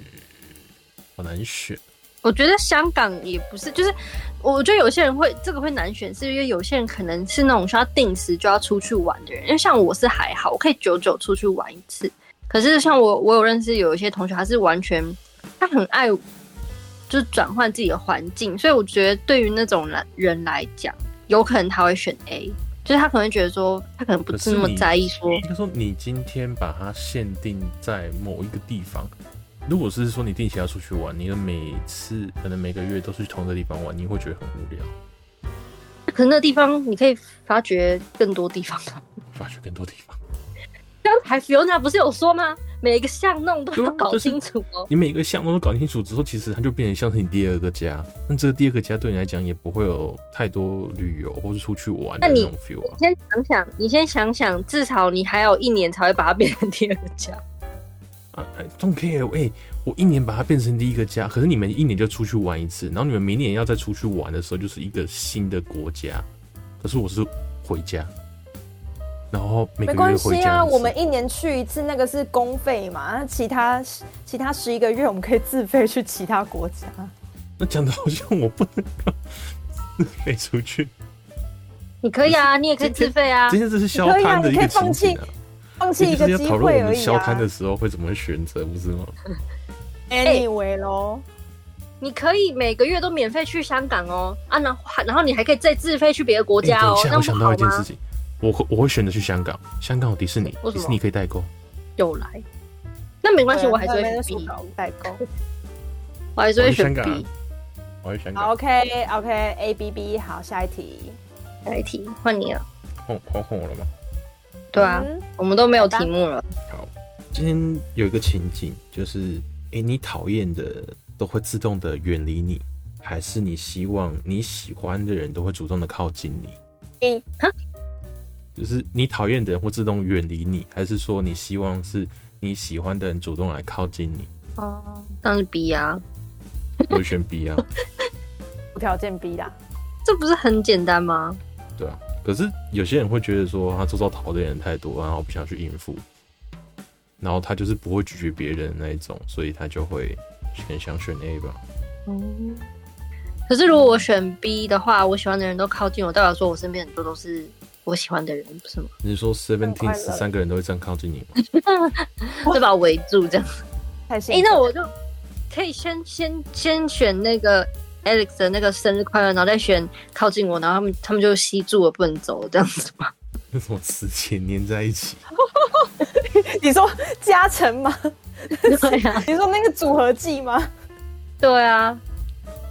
A: 好难选。
C: 我觉得香港也不是，就是我觉得有些人会这个会难选，是因为有些人可能是那种需要定时就要出去玩的人，因为像我是还好，我可以久久出去玩一次。可是像我，我有认识有一些同学，他是完全他很爱就是转换自己的环境，所以我觉得对于那种来人来讲，有可能他会选 A，就是他可能会觉得说他可能不是那么在意说
A: 应该说你今天把它限定在某一个地方。如果是说你定期要出去玩，你的每次可能每个月都是去同一个地方玩，你会觉得很无聊，
C: 可能那地方你可以发掘更多地方。啊
A: 发觉更多地方。
C: 刚才 Fiona 不是有说吗？每一个巷弄都
A: 对
C: 要
A: 啊
C: 搞
A: 就是
C: 清楚哦。
A: 你每个项目都搞清楚之后，其实它就变成像是你第二个家。那这个第二个家对你来讲也不会有太多旅游或是出去玩的
C: 那
A: 那
C: 你
A: 种 feel 啊
C: 你。先想想，你先想想，至少你还有一年才会把它变成第二个家。
A: 啊哎，don't care，哎、我一年把它变成第一个家，可是你们一年就出去玩一次，然后你们明年要再出去玩的时候，就是一个新的国家。可是我是回家，然后每个
B: 没
A: 月
B: 关
A: 回
B: 系
A: 家
B: 啊，
A: 一次。
B: 我们一年去一次，那个是公费嘛，那其他其他十一个月我们可以自费去其他国家。啊
A: 那讲的好像我不能 [LAUGHS] 够自费出去，
C: [LAUGHS] 你可以啊，你也可以自费啊
A: 今。天这是消摊的一
B: 你可
A: 个
B: 以
A: 情
B: 放弃
A: 景啊。
B: 放
A: 这
B: 弃一
A: 就
B: 个
A: 是要
B: 机
A: 讨论
B: 会
A: 我
B: 而
A: 们
B: 已
A: 消
B: 啊
A: 摊的时候会怎么选择，不是吗？
B: ，anyway 咯，
C: 你可以每个月都免费去香港哦啊，然后然后你还可以再自费去别的国
A: 哎
C: 家
A: 等
C: 哦
A: 一，下，
C: 那
A: 我
C: 不
A: 想
C: 好
A: 到一件事
C: 吗？
A: 情，我会我会选择去香港，香港有迪士尼
C: 为，什
A: 迪
C: 么
A: 士尼可以代购。
C: 又来，那没关系，
B: 对啊
C: 我还是
B: 那
C: 会
B: 边
C: 选
B: 是
C: B，
B: 代购。
C: 我还是
A: 我
C: 会
A: 去香
C: 选
A: 港
C: B
A: 啊。，我去香
B: 好
A: 港，
B: ，OK OK A B B，好，下一题。
C: 下一题换你了，
A: 换换换我了吗？
C: 对啊，
B: 嗯
C: 我们都没有题目了。
A: 好，今天有一个情景，就是哎、诶你讨厌的都会自动的远离你，还是你希望你喜欢的人都会主动的靠近你？
B: 一
A: 就是你讨厌的人会自动远离你，还是说你希望是你喜欢的人主动来靠近你？ [LAUGHS]
C: 哦，当然是 B 啊，
A: 我会选 B 啊，
B: 无条件 B 啦，
C: 这不是很简单吗？
A: 对啊。可是有些人会觉得说，他周遭讨厌的人太多，然后不想去应付，然后他就是不会拒绝别人的那一种，所以他就会选想选 A 吧。
C: 嗯。可是如果我选 B 的话，我喜欢的人都靠近我，代表说我身边很多都是我喜欢的人，不是吗？
A: 你是说 Seventeen
B: 快乐
A: 十三个人都会这样靠近你吗？
B: [LAUGHS]
C: 就把我围住这样。
B: 太幸
C: 哎、
B: 福。
C: 那我就可以先先先选那个 Alex 的那个生日快乐，然后再选靠近我，然后他们他们就吸住我不能走这样子吗？
A: 那什么磁铁粘在一起？
B: 你说加成吗？
C: [LAUGHS]
B: [LAUGHS]
C: 对啊，
B: 你说那个组合技吗？
C: 对啊，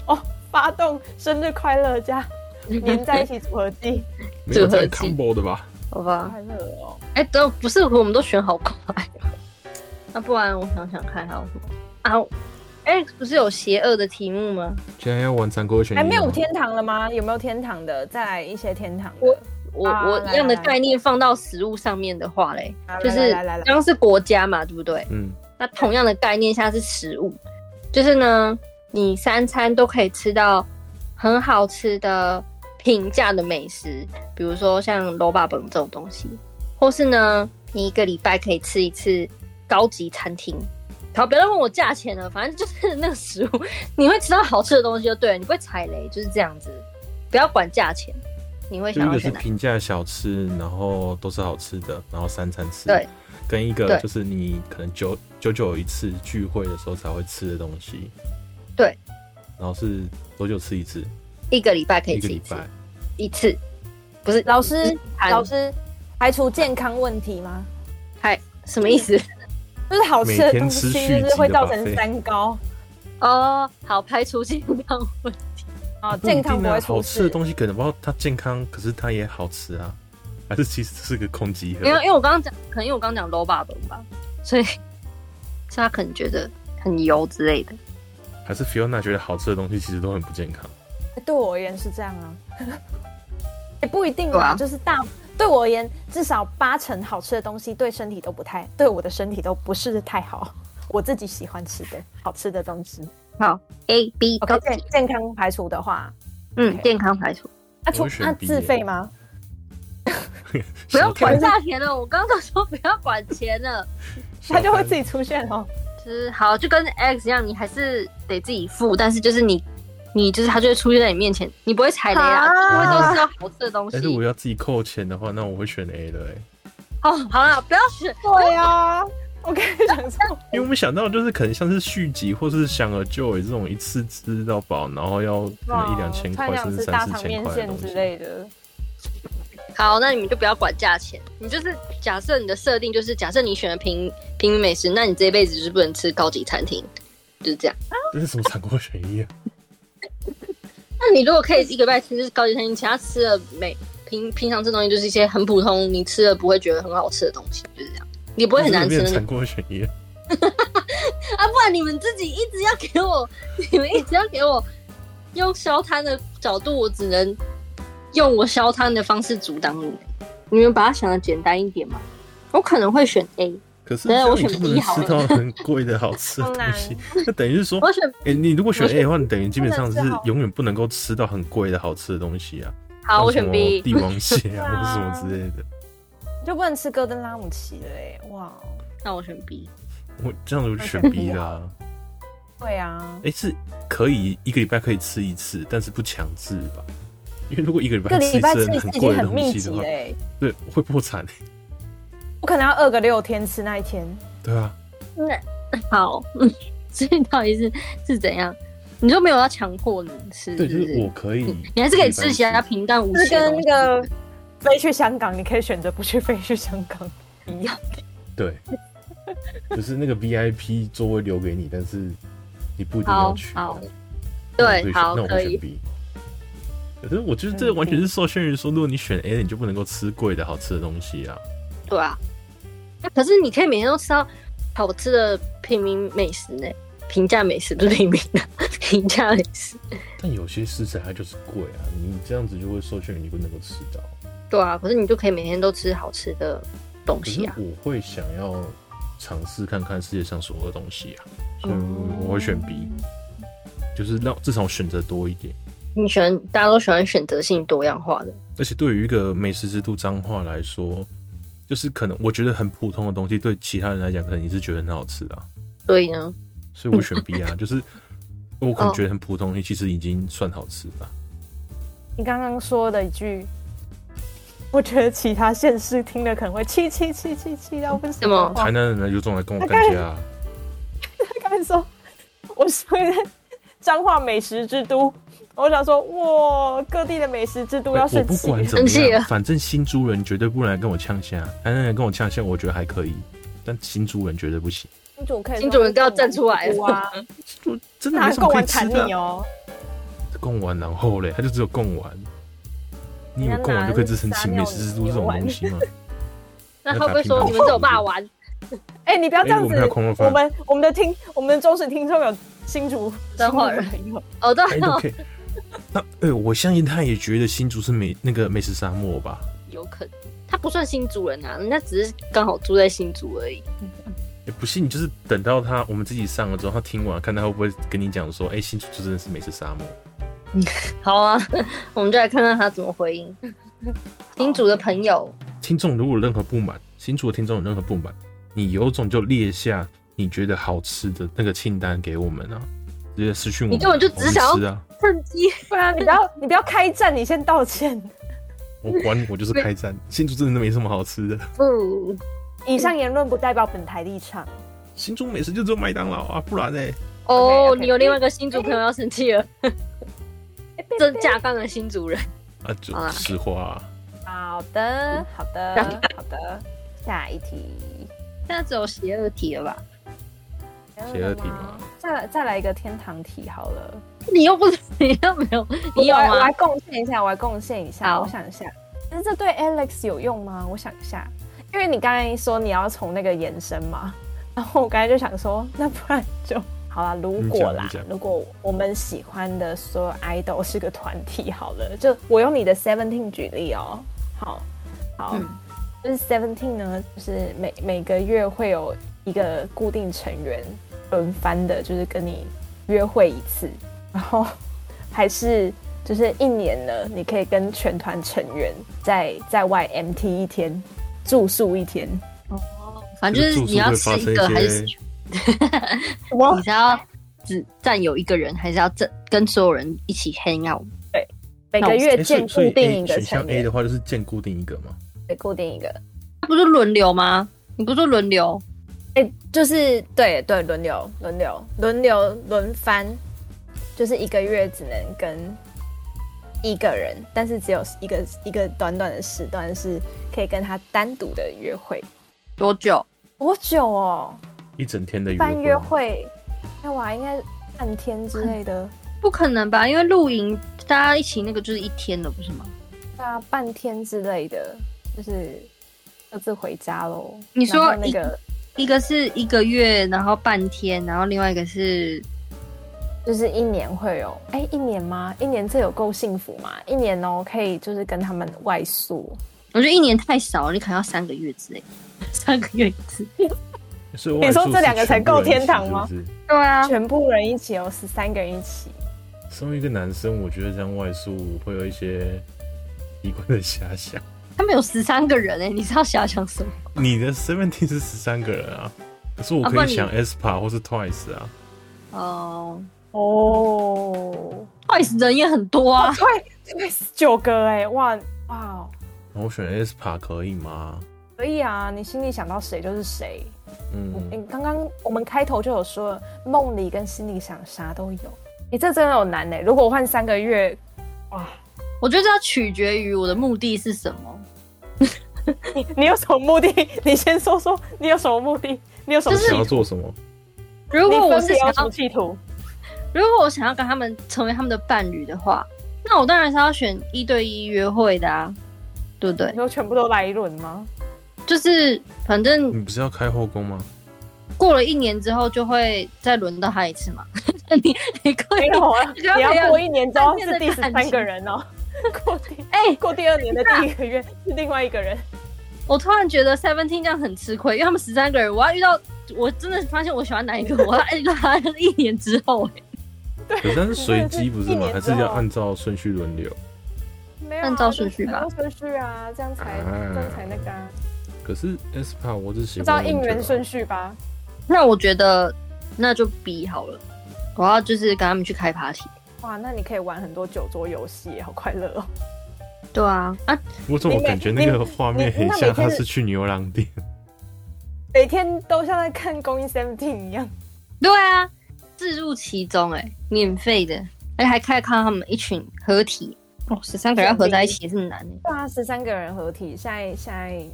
B: 哦，发动生日快乐加
C: [LAUGHS]
B: 粘在一起组合技，
A: 没
B: [LAUGHS]
A: 有这样
C: 组合技
A: combo 的吧？
C: 好吧。
B: 快乐哦。
C: 哎、都不是，我们都选好快。那、不然我想想看还有什么啊？Alex 不是有邪恶的题目吗？
A: 现在要玩三国选一
B: 还
A: 吗
B: 没有天堂了吗？有没有天堂的？再来一些天堂
C: 我
B: 的。
C: 我、
B: 啊
C: 我
B: 来
C: 一样的
B: 来
C: 概念放到食物上面的话嘞
B: 好，
C: 就
B: 来
C: 是
B: 来来来
C: 刚刚是国家嘛，对不对？
A: 嗯，
C: 那同样的概念下是食物，就是呢，你三餐都可以吃到很好吃的平价的美食，比如说像楼巴本这种东西，或是呢，你一个礼拜可以吃一次高级餐厅。好，不要再问我价钱了，反正就是那个食物， [LAUGHS] 你会吃到好吃的东西就对了，你不会踩雷，就是这样子。不要管价钱，你会
A: 就一
C: 想要
A: 个是
C: 选哪？
A: 平价小吃，然后都是好吃的，然后三餐吃，
C: 对，
A: 跟一个
C: 对
A: 就是你可能久久久一次聚会的时候才会吃的东西，
C: 对，
A: 然后是多久吃一次？
C: 一个礼拜可以
A: 一个
C: 吃一
A: 礼
C: 次，
A: 拜。
C: 一次，不是
B: 老师
C: 一餐
B: 老师排除健康问题吗？
C: 嗨，什么意思？
B: 就是好吃的东
A: 每
B: 西
A: 天吃
B: 就是会造
A: 续集
B: 成
A: 的 buffet
B: 三高
C: [LAUGHS] 哦，好，排除健康
A: [LAUGHS]
C: 问题。
B: 啊，
A: 不一定
B: 健康不
A: 啊
B: 会
A: 好
B: 出
A: 吃的
B: 事。
A: 东西可能不知道它健康，可是它也好吃啊，还是其实是个空集合
C: 没有，因为我刚刚讲，可能因为我刚刚讲 low 吧懂吧，所以所以他可能觉得很油之类的。
A: 还是 Fiona 觉得好吃的东西其实都很不健康。
B: 哎对我而言是这样啊， [LAUGHS] 也不一定
C: 对
B: 啦，
C: 啊
B: 就是大对我而言，至少八成好吃的东西对身体都不太，对我的身体都不是太好。我自己喜欢吃的好吃的东西
C: 好，A B
B: ，OK，
C: 高级，
B: 健健康排除的话，
C: 嗯，
B: OK
C: 健康排除，
B: 那
A: 我
B: 除
A: 会选
B: 那
A: B
B: 自
A: 耶
B: 费吗？
C: [LAUGHS] 不要
A: 小
C: 管
A: 摊
C: 价钱了。我刚刚说不要管钱了，
B: 他就会
A: 小摊
B: 自己出现哦。
C: 就是好，就跟 X 一样，你还是得自己付，但是就是你，你就是他就会出现在你面前，你不会踩雷啊，
B: 啊
C: 因为都知道好吃的东西
A: 但。是我要自己扣钱的话，那我会选 A 的、欸，
C: 哦，好了，不要选，
B: 对啊， [LAUGHS] 我跟你讲说，
A: 因为我们想到就是可能像是续集或是想而就这种一次吃到饱，然后要可能一两千块
B: 川
A: 甚
B: 两
A: 至
B: 是
A: 三
B: 大
A: 四
B: 肠
A: 千
B: 面
A: 块的
B: 线
A: 东
B: 之
A: 西。
B: 类的。
C: 好，那你们就不要管价钱，你就是假设你的设定就是假设你选了平平民美食，那你这一辈子就是不能吃高级餐厅，就是这样。
A: 这是什么残酷选一啊？
C: 那你如果可以一个礼拜吃就是高级餐厅，其他吃的每平平常吃东西就是一些很普通，你吃了不会觉得很好吃的东西，就是这样，你
A: 不
C: 不会很难吃那
A: 残
C: 种
A: 酷选一啊，
C: 啊。不然你们自己一直要给我，你们一直要给我用消摊的角度，我只能用我消摊的方式阻挡你们。你们把它想的简单一点嘛。我可能会选 A，
A: 可是这
C: 对啊
A: 样
C: 我
A: 你
C: 选
A: 就不
C: B
A: 能
C: 好
A: 吃
C: 了
A: 到很贵的好吃 [LAUGHS] 的东西，那等于是说，
C: 我选
A: 哎、你如果选
C: 我
A: A 的话，你等于基本上是
B: 不能吃好
A: 永远不能够吃到很贵的好吃的东西啊，
C: 好，我
A: 像什
C: 选
A: 么
C: B。
A: [LAUGHS] 帝王蟹啊，
B: 啊
A: 或者什么之类的。
B: 就不能吃戈登拉姆齐了哎、哇，
C: 那我选 B。
A: 我这样子我就选 B 啦。
B: 对啊，
A: 哎、是可以一个礼拜可以吃一次，但是不强制吧？因为如果一个礼
B: 一个
A: 拜吃
B: 礼
A: 一
B: 拜
A: 次
B: 吃一
A: 很
B: 次已
A: 贵
B: 经
A: 的
B: 很
A: 东
B: 密
A: 西
B: 集
A: 的
B: 了
C: 欸
A: 话，
B: 哎、
A: 对，会破产、欸。
B: 我可能要饿个六天吃那一天。
A: 对啊，
C: 那 [LAUGHS] 好， [LAUGHS] 嗯，所以到底是是怎样？你就没有要强迫你吃？
A: 对，就是是
C: 不
A: 我可以，
C: 你还是可以吃其他
A: 品。
C: 平淡无
B: 就是
C: 奇的
B: 跟
C: 东
B: 那
C: 西。
B: 个飞去香港，你可以选择不去飞去香港一样。
C: [LAUGHS]
A: 对，就是那个 VIP 座位留给你，但是你不一定要去。
C: 好好
A: 那我会
C: 对
A: 选
C: 好
A: 那我
C: 可
A: 会
C: 以
A: 选 B。可是我觉得这完全是受限于说，如果你选 A，你就不能够吃贵的好吃的东西啊。
C: 对啊，那可是你可以每天都吃到好吃的平民美食呢，平价美食不是平民的 [LAUGHS] 平价美食。
A: 但有些食材它就是贵啊，你这样子就会受限于你不能够吃到。
C: 对啊，可是你就可以每天都吃好吃的东
A: 可是
C: 西啊。
A: 我会想要尝试看看世界上所有的东西啊，所以
C: 嗯
A: 我会选 B，就是让至少选择多一点。
C: 你喜欢大家都喜欢选择性多样化的，
A: 而且对于一个美食之都彰化来说，就是可能我觉得很普通的东西，对其他人来讲，可能你是觉得很好吃啊，
C: 所以呢，
A: 所以我选 B 啊，就是我可能觉得很普通的东西，其实已经算好吃了。
B: 你刚刚说的一句，我觉得其他县市听了可能会气气气气气到不行。
C: 什么
A: 啊台
B: 他
A: 南人呢，有种来跟我干架、啊，
B: 刚才说，我是 [LAUGHS] 彰化美食之都，我想说，哇，各地的美食之都要
A: 哎我
B: 生
A: 不
B: 气。
A: 管怎
C: 生
A: 么
C: 气了
A: 样，反正新竹人绝对不能来跟我呛下，台南人跟我呛下，我觉得还可以，但新竹人绝对不行。
B: 金主可以，
C: 金主人都要站出来
B: [LAUGHS]
C: 了
A: [LAUGHS]
B: 哇，
A: 新竹真的
B: 拿
A: 没什么
B: 贡
A: 可以
B: 丸
A: 吃
B: 砍
A: 的
B: 你
A: 啊、
B: 哦！
A: 贡丸然后嘞，它就只有贡丸。你以为
B: 人家
A: 贡丸就可以
B: 拿
A: 支撑起
B: 撒尿
A: 美食之都这
B: 牛
A: 种
B: 丸
A: 东西吗？
C: 那会不会说你们只有霸王？
B: 哎，你不要这样
A: 哎我
B: 子
A: 们还有空肉，饭
B: 我们我们的听我们的忠实听众有新竹
C: 彰化人
B: 新竹的朋友
C: [LAUGHS] 哦，对
A: 哎，都
C: 哦，
A: 可以。那哎、我相信他也觉得新竹是美那个美食沙漠吧？
C: 有可能他不算新主人啊，人家只是刚好住在新竹而已。
A: 哎，不信你就是等到他我们自己上了之后，他听完看他会不会跟你讲说，哎、新竹就真的是美食沙漠。
C: 好啊， [LAUGHS] 我们就来看看他怎么回 [LAUGHS] 应。新主的朋友，
A: 听众如果有任何不满，新竹的听众有任何不满，你有种就列下你觉得好吃的那个清单给我们啊，直接私讯我们。
C: 你根本就只
A: 我们
C: 想要
A: 吃啊！
C: 趁机
B: 不然你不要你不要开战，你先道歉。
A: 我管你，我就是开战。新竹真的没什么好吃的，
C: 不
B: 以上言论不代表本台立场。
A: 新竹美食就只有麦当劳啊，不然呢、
C: 哦，
B: OK，OK
C: 你有另外一个新主朋友要生气 [LAUGHS] 了，
B: [LAUGHS] 哎贝
C: 真架杠的新主人。
A: 啊，就
C: 好啦
A: 实话、啊。
B: 好的，好的，好的。下一题，
C: 现在只有邪恶题了吧？
A: [LAUGHS] 邪恶题吗？
B: 嗯再来再来一个天堂题好了。
C: 你又不， [LAUGHS] 你又没有，你有
B: 我来我
C: 吗
B: 来？贡献一下，我来贡献一下。
C: 好
B: 我想一下，但是这对 Alex 有用吗？我想一下，因为你刚才说你要从那个延伸嘛，然后我刚才就想说， [LAUGHS] 那不然就好啦。如果啦
A: 你讲你讲，
B: 如果我们喜欢的所有 idol 是个团体， [LAUGHS] 好了，就我用你的 Seventeen 举例哦。好，好，
C: 嗯
B: 就是 Seventeen 呢，就是每每个月会有一个固定成员轮番的，就是跟你约会一次，然后 [LAUGHS] 还是就是一年呢，你可以跟全团成员在在外 MT 一天，住宿一天。
C: 反正就是你要是一个还是
A: 住宿
C: [LAUGHS] 你是要只占有一个人，还是要占跟所有人一起 hang out？
B: 每个月
A: 哎所以
B: 见
A: 所以
B: 固定一
A: A-
B: 个
A: 选项
B: 成
A: A
B: 员
A: 的，话就是见固定一个嘛。
B: 对，固定一个，
C: 那不是轮流吗？你不是说轮流？
B: 哎、就是对对，轮流轮流轮流轮番，就是一个月只能跟一个人，但是只有一个一个短短的时段是可以跟他单独的约会，
C: 多久？
B: 多久哦？
A: 一整天的
B: 一
A: 约
B: 般
A: 会，
B: 约会，那我还应该半天之类的。
C: 不可能吧？因为露营大家一起那个就是一天了，不是吗？
B: 对啊，半天之类的，就是各自回家喽。
C: 你说
B: 然后那个
C: 一个是一个月，然后半天，然后另外一个是
B: 就是一年会有，哎，一年吗？一年这有够幸福吗？一年哦，可以就是跟他们外宿，
C: 我觉得一年太少了，你可能要三个月之类， [LAUGHS] 三个月一次。
A: 所以外
B: 你说
A: 宿
B: 这
A: 是
B: 两个才
A: 全部
B: 够
A: 人一
B: 天
A: 起
B: 堂
A: 是
B: 吗
A: 不是
C: 对啊，
B: 全部人一起哦，十三个人一起。
A: 身为一个男生，我觉得这样外宿会有一些奇怪的遐想。
C: 他们有十三个人哎、你是要瞎想什么？
A: [LAUGHS] 你的 Seventeen 是十三个人啊，可是我
C: 啊不
A: 可
C: 然
A: 以
C: 你
A: 想 aespa 或是 twice 啊。
C: 哦、
B: 哦，
C: t w i c e 人也很多啊，
B: [LAUGHS] 快快九个哎、哇哇哦，
A: 那我选 aespa 可以吗？
B: 可以啊，你心里想到谁就是谁。
A: 嗯，
B: 你刚刚我欸们开头就有说了，梦里跟心里想啥都有。你这真的有难呢、如果我换三个月，哇，
C: 我觉得这要取决于我的目的是什么。
B: 你 [LAUGHS] 你有什么目的？你先说说你有什么目的？你有什么
C: 就是
B: 企
A: 想要
B: 图？
A: 做什么？
C: 如果
B: 你
C: 我
B: 分
C: 是
B: 别
C: 想
B: 有什
C: 要
B: 么企图？
C: 如果我想要跟他们成为他们的伴侣的话，那我当然是要选一对一约会的啊，对不对
B: 你？说全部都来一轮吗？
C: 就是反正
A: 你不是要开后宫吗？
C: 过了一年之后，就会再轮到他一次嘛。 [LAUGHS] 你你可
B: 没
C: 以
B: 有啊，
C: 你
B: 你
C: 就要培
B: 要
C: 养
B: 过一年之后
C: 三天
B: 是
C: 的
B: 第十
C: 感
B: 三
C: 情
B: 个人哦， [LAUGHS] 过第
C: 哎、
B: 过第二年的第一个月是另外一个人。
C: 我突然觉得 Seventeen 这样很吃亏，因为他们十三个人，我要遇到我真的发现我喜欢哪一个，我要遇到他一年之后、欸， [LAUGHS]
A: 可是它是随机不是吗？
B: 你
A: 还是
B: 这个 [LAUGHS] 是一年之后
A: 要按照顺序轮流？
B: 没有、啊，
C: 按照顺序吧
B: 按照顺序啊，这样才、
A: 啊
B: 这样才那个、啊，
A: 可是 aespa 我只喜
B: 不
A: 欢
B: 知道应
A: Winter
B: 援
A: 啊
B: 顺序吧？
C: 那我觉得那就 B 好了，我要就是跟他们去开 party。
B: 哇，那你可以玩很多酒桌游戏，好快乐哦！
C: 对啊，啊，
A: 我怎么感觉那个画面很
B: 你你
A: 像
B: 你那每
A: 他
B: 天
A: 是去牛郎店？
B: [LAUGHS] 每天都像在看《公益 Seventeen》一样，
C: 对啊，自入其中、欸，哎，免费的，而且还可以看到他们一群合体，哦，十三个人要合在一起也是很难、欸。
B: 对啊，十三个人合体，现在现在现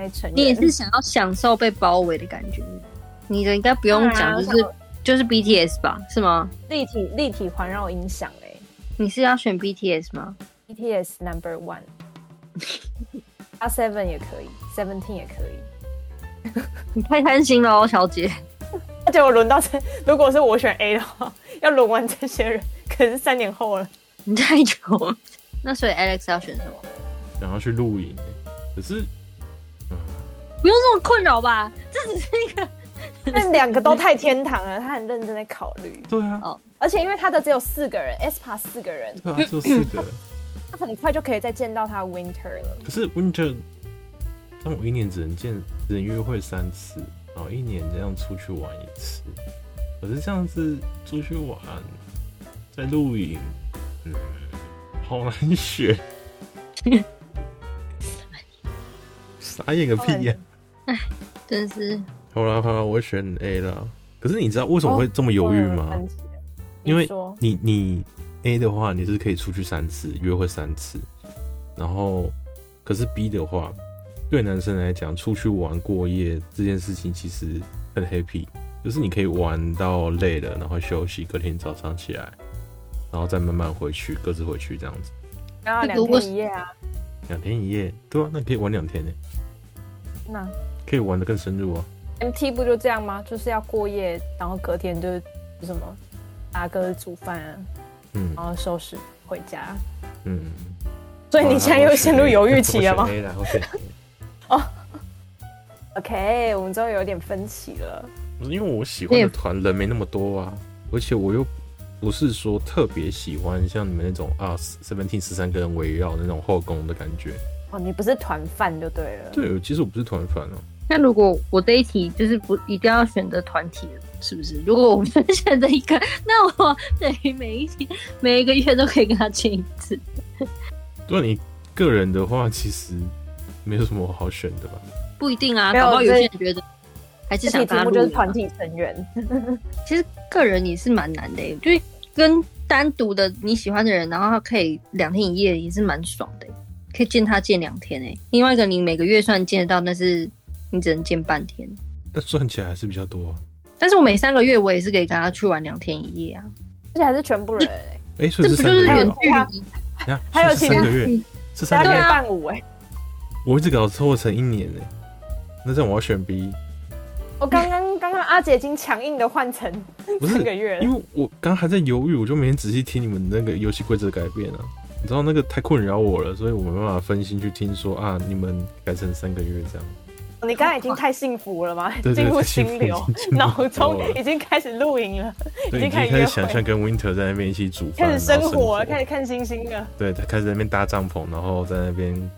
B: 在成员
C: 你也是想要享受被包围的感觉，你的应该不用讲，
B: 当然啊
C: 就是就是 BTS 吧，是吗？
B: 立体立体环绕音响哎、
C: 你是要选 BTS 吗？
B: BTS Number
C: [LAUGHS]
B: One，啊 Seven 也可以，Seventeen 也可以。
C: 你太贪心了哦，小姐。 [LAUGHS]
B: [LAUGHS] 而且我轮到这，如果是我选 A 的话，要轮完这些人，可是三年后了。
C: 你太久 [LAUGHS] 了。那所以 Alex 要选什么？
A: 然后去露营欸、可是
C: 不用这么困扰吧？这只是一个
B: 那两个都太天堂了，他很认真在考虑。
A: 对啊，
C: 哦
B: 而且因为他的只有四个人，SPA 四个人，
A: 对啊，就四 [COUGHS] 个。
B: 他很快就可以再见到他 Winter 了。
A: 可是 Winter，但我一年只能见只能约会三次，然后一年这样出去玩一次。可是这样子出去玩，在露营，嗯，好难选。傻眼个屁呀、
C: 真是
A: 好啦好啦，我选 A 啦。可是你知道为什么会这么犹豫吗？
B: 嗯？
A: 因为
B: 你说
A: 你你 A 的话，你是可以出去三次，约会三次，然后可是 B 的话，对男生来讲，出去玩过夜这件事情其实很 happy，就是你可以玩到累了，然后休息，隔天早上起来，然后再慢慢回去，各自回去这样子，
B: 然后两
C: 如果
B: 天一夜啊，
A: 两天一夜，对啊，那可以玩两天呢，
B: 那
A: 可以玩的更深入啊。
B: MT 不就这样吗？就是要过夜，然后隔天就是什么打歌煮饭啊，
A: 嗯
B: 然后收拾回家。
A: 嗯，
B: 所以你现在又陷入犹豫期了吗
A: [LAUGHS] 我选 A 啦，我选 A。
B: ？OK，我们终于有点分歧了。
A: 不是因为我喜欢的团人没那么多啊，而且我又不是说特别喜欢像你们那种啊 Seventeen 十三个人围绕那种后宫的感觉。
B: 哦，你不是团饭就对了。
A: 对，其实我不是团团哦、
C: [LAUGHS] 那如果我这一题就是不一定要选择团体了，是不是？如果我们选择一个， [LAUGHS] 那我等于每一天每一个月都可以跟他见一次。
A: 对你个人的话，其实没有什么好选的吧？
C: 不一定啊，
B: 没有
C: 搞不好有些
B: 这
C: 人觉得还是
B: 这题
C: 想
B: 题
C: 加入
B: 目就是团体成员，
C: 啊其实个人也是蛮难的、欸就是跟单独的你喜欢的人，然后他可以两天一夜也是蛮爽的、欸可以见他见两天哎、另外一个你每个月算见得到，但是你只能见半天。
A: 但算起来还是比较多、啊。
C: 但是我每三个月我也是可以跟他去玩两天一夜啊，
B: 而且还是全部人欸，
A: [LAUGHS] 哎、所
C: 这
A: 以是
C: 不就
A: 三个
C: 是
A: 月、
C: 远
A: 哦
C: 距离？
B: 啊
A: 你看
B: 还
A: 是
B: 有其
A: 不
B: 他
A: 是三个月，是
B: 大
A: 三
B: 家
A: 个
B: 可以
A: 月，
B: 伴舞哎。
A: 我一直搞错成一年呢、那这样我要选 B，
B: 我哦刚刚刚刚阿姐已经强硬的换成
A: 不是
B: 三个月了
A: 因，为我刚还在犹豫，我就每天仔细听你们那个游戏规则改变啊。你知道那个太困扰我了，所以我没办法分心去听说啊，你们改成三个月这样。
B: 哦你刚刚已经太幸福了吧？
A: [LAUGHS] 对对
B: 进入
A: 太幸
B: 心
A: 福
B: 流
A: 已经进，入
B: 脑中
A: 心流了
B: 已经开始露营了，
A: 对，
B: 已
A: 已经
B: 经开始
A: 开始
B: 约会
A: 想象跟 Winter 在那边一起煮
B: 开
A: 饭，
B: 始
A: 然后生
B: 生活了，开始看星星了。 [LAUGHS]
A: 对，他开始在那边搭帐篷，然后在那边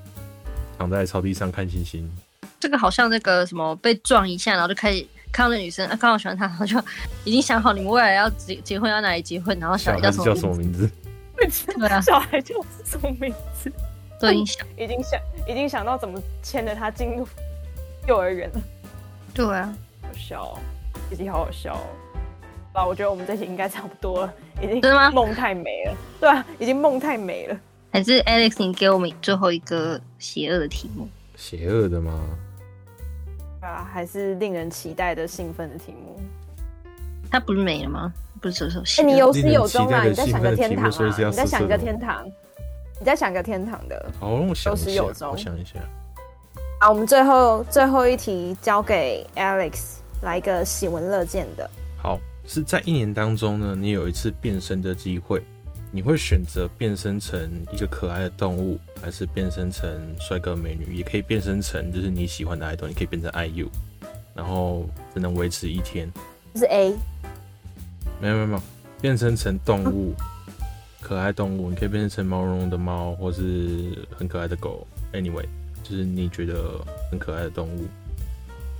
A: 躺在草地上看星星。
C: 这个好像那个什么被撞一下，然后就开始看到那女生，啊，刚好喜欢她，然后就已经想好你们未来要结结婚要哪里结婚，然后哦小
A: 小孩
C: 孩叫
A: 子
C: 什
A: 叫
C: 么
A: 什
C: 名
A: 么
C: 字，
A: 名字？
C: 对啊，
B: 小孩叫什么名字？
C: 都已经想，
B: 已经想已经想到怎么牵着他进入幼儿园了，
C: 对啊，
B: 好笑、哦，这集好好笑、哦。啊，我觉得我们这集应该差不多 [LAUGHS] 了，已经
C: 真的吗
B: 梦太美了，对啊，已经梦太美了。
C: 还是 Alex，你给我们最后一个邪恶的题目，
A: 邪恶的吗？
B: 对啊，还是令人期待的兴奋的题目。
C: 他不是没了吗？不是说邪
B: 哎、
C: 恶、
B: 你有
A: 令
B: 始
A: 人
B: 有终啊！
A: 期待的
B: 你在想个天堂
A: 兴奋的题目所以
B: 啊！
A: 是要
B: 你在想个
A: 色色的
B: 天堂，你在想个天堂的。
A: 好，让我想
B: 有
A: 一
B: 始
A: 下，
B: 有终
A: 我想一下。
B: 啊，我们最后最后一题交给 Alex 来一个喜闻乐见的。
A: 好，是在一年当中呢，你有一次变身的机会，你会选择变身成一个可爱的动物，还是变身成帅哥美女？也可以变身成就是你喜欢的爱豆，你可以变成 IU，然后只能维持一天。
B: 这是 A，
A: 没有没有没有，变身成动物，可爱动物，你可以变成成毛茸茸的猫，或是很可爱的狗。Anyway，就是你觉得很可爱的动物，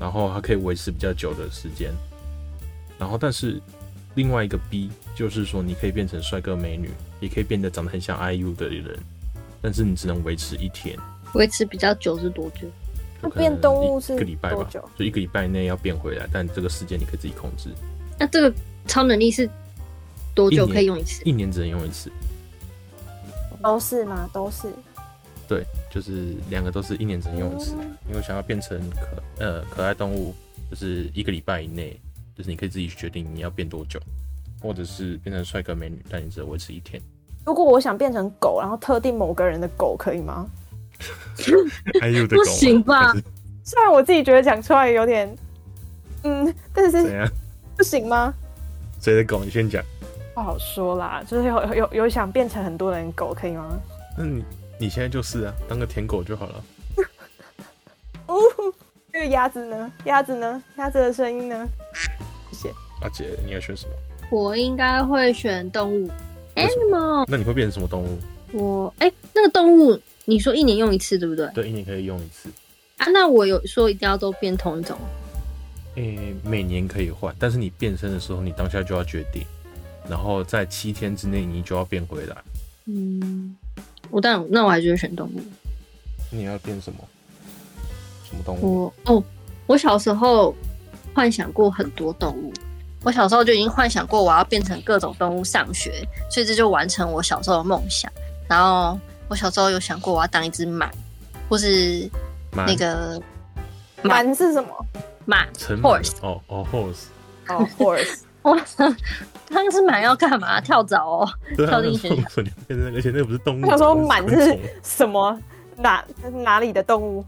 A: 然后它可以维持比较久的时间。然后，但是另外一个 B 就是说，你可以变成帅哥美女，也可以变得长得很像 IU 的人，但是你只能维持一天，
C: 维持比较久是多久？
A: 就
B: 那
A: 可能
B: 变动物是
A: 一个礼拜
B: 多
A: 吧
B: 久，
A: 就一个礼拜内要变回来，但这个时间你可以自己控制，
C: 那这个超能力是多
A: 一
C: 久
A: 年
C: 可以用一次？
A: 一年只能用一次。
B: 都是吗？都是。
A: 对，就是两个都是一年只能用一次。因为想要变成可呃可爱动物，就是一个礼拜以内，就是你可以自己决定你要变多久，或者是变成帅哥美女，但你只能维持一天。
B: 如果我想变成狗，然后特定某个人的狗，可以吗？
A: 还哎有的
C: 不行吧？
B: 虽然我自己觉得讲出来有点，嗯，但
A: 怎
B: 是
A: 样？
B: 不行吗？
A: 谁的狗？你先讲。
B: 不好说啦，就是有有有想变成很多人的狗，可以吗？
A: 那你你现在就是啊，当个舔狗就好了。
B: 哦，这个鸭子呢？鸭子呢？鸭子的声音呢？谢谢。
A: 阿姐，你要选什么？
C: 我应该会选动物
A: 为什
C: animal。
A: 那你会变成什么动物？
C: 我哎、那个动物你说一年用一次对不对？
A: 对，一年可以用一次。
C: 啊，那我有说一定要都变同一种？
A: 诶、每年可以换，但是你变身的时候，你当下就要决定，然后在七天之内你就要变回来。
C: 嗯，我当然那我还是会选动物。
A: 你要变什么？什么动物？
C: 我哦，我小时候幻想过很多动物。我小时候就已经幻想过我要变成各种动物上学，所以这就完成我小时候的梦想。然后我小时候有想过我要当一只马，或是
A: 马
C: 那个马
B: 蛮是什么？
C: 马
A: 成
C: horse
A: 哦哦 horse，
B: [LAUGHS] 哦，horse。
C: 哇， [LAUGHS] 当只马要干嘛？跳蚤哦？
A: 对啊，
C: 跳
A: 那
C: 进
A: 是动
C: 去
A: 物，变成而且那个不是动物，
B: 我想说
A: 那是
B: 满
A: 昆
B: 是
A: 虫
B: 什么？哪哪里的动物？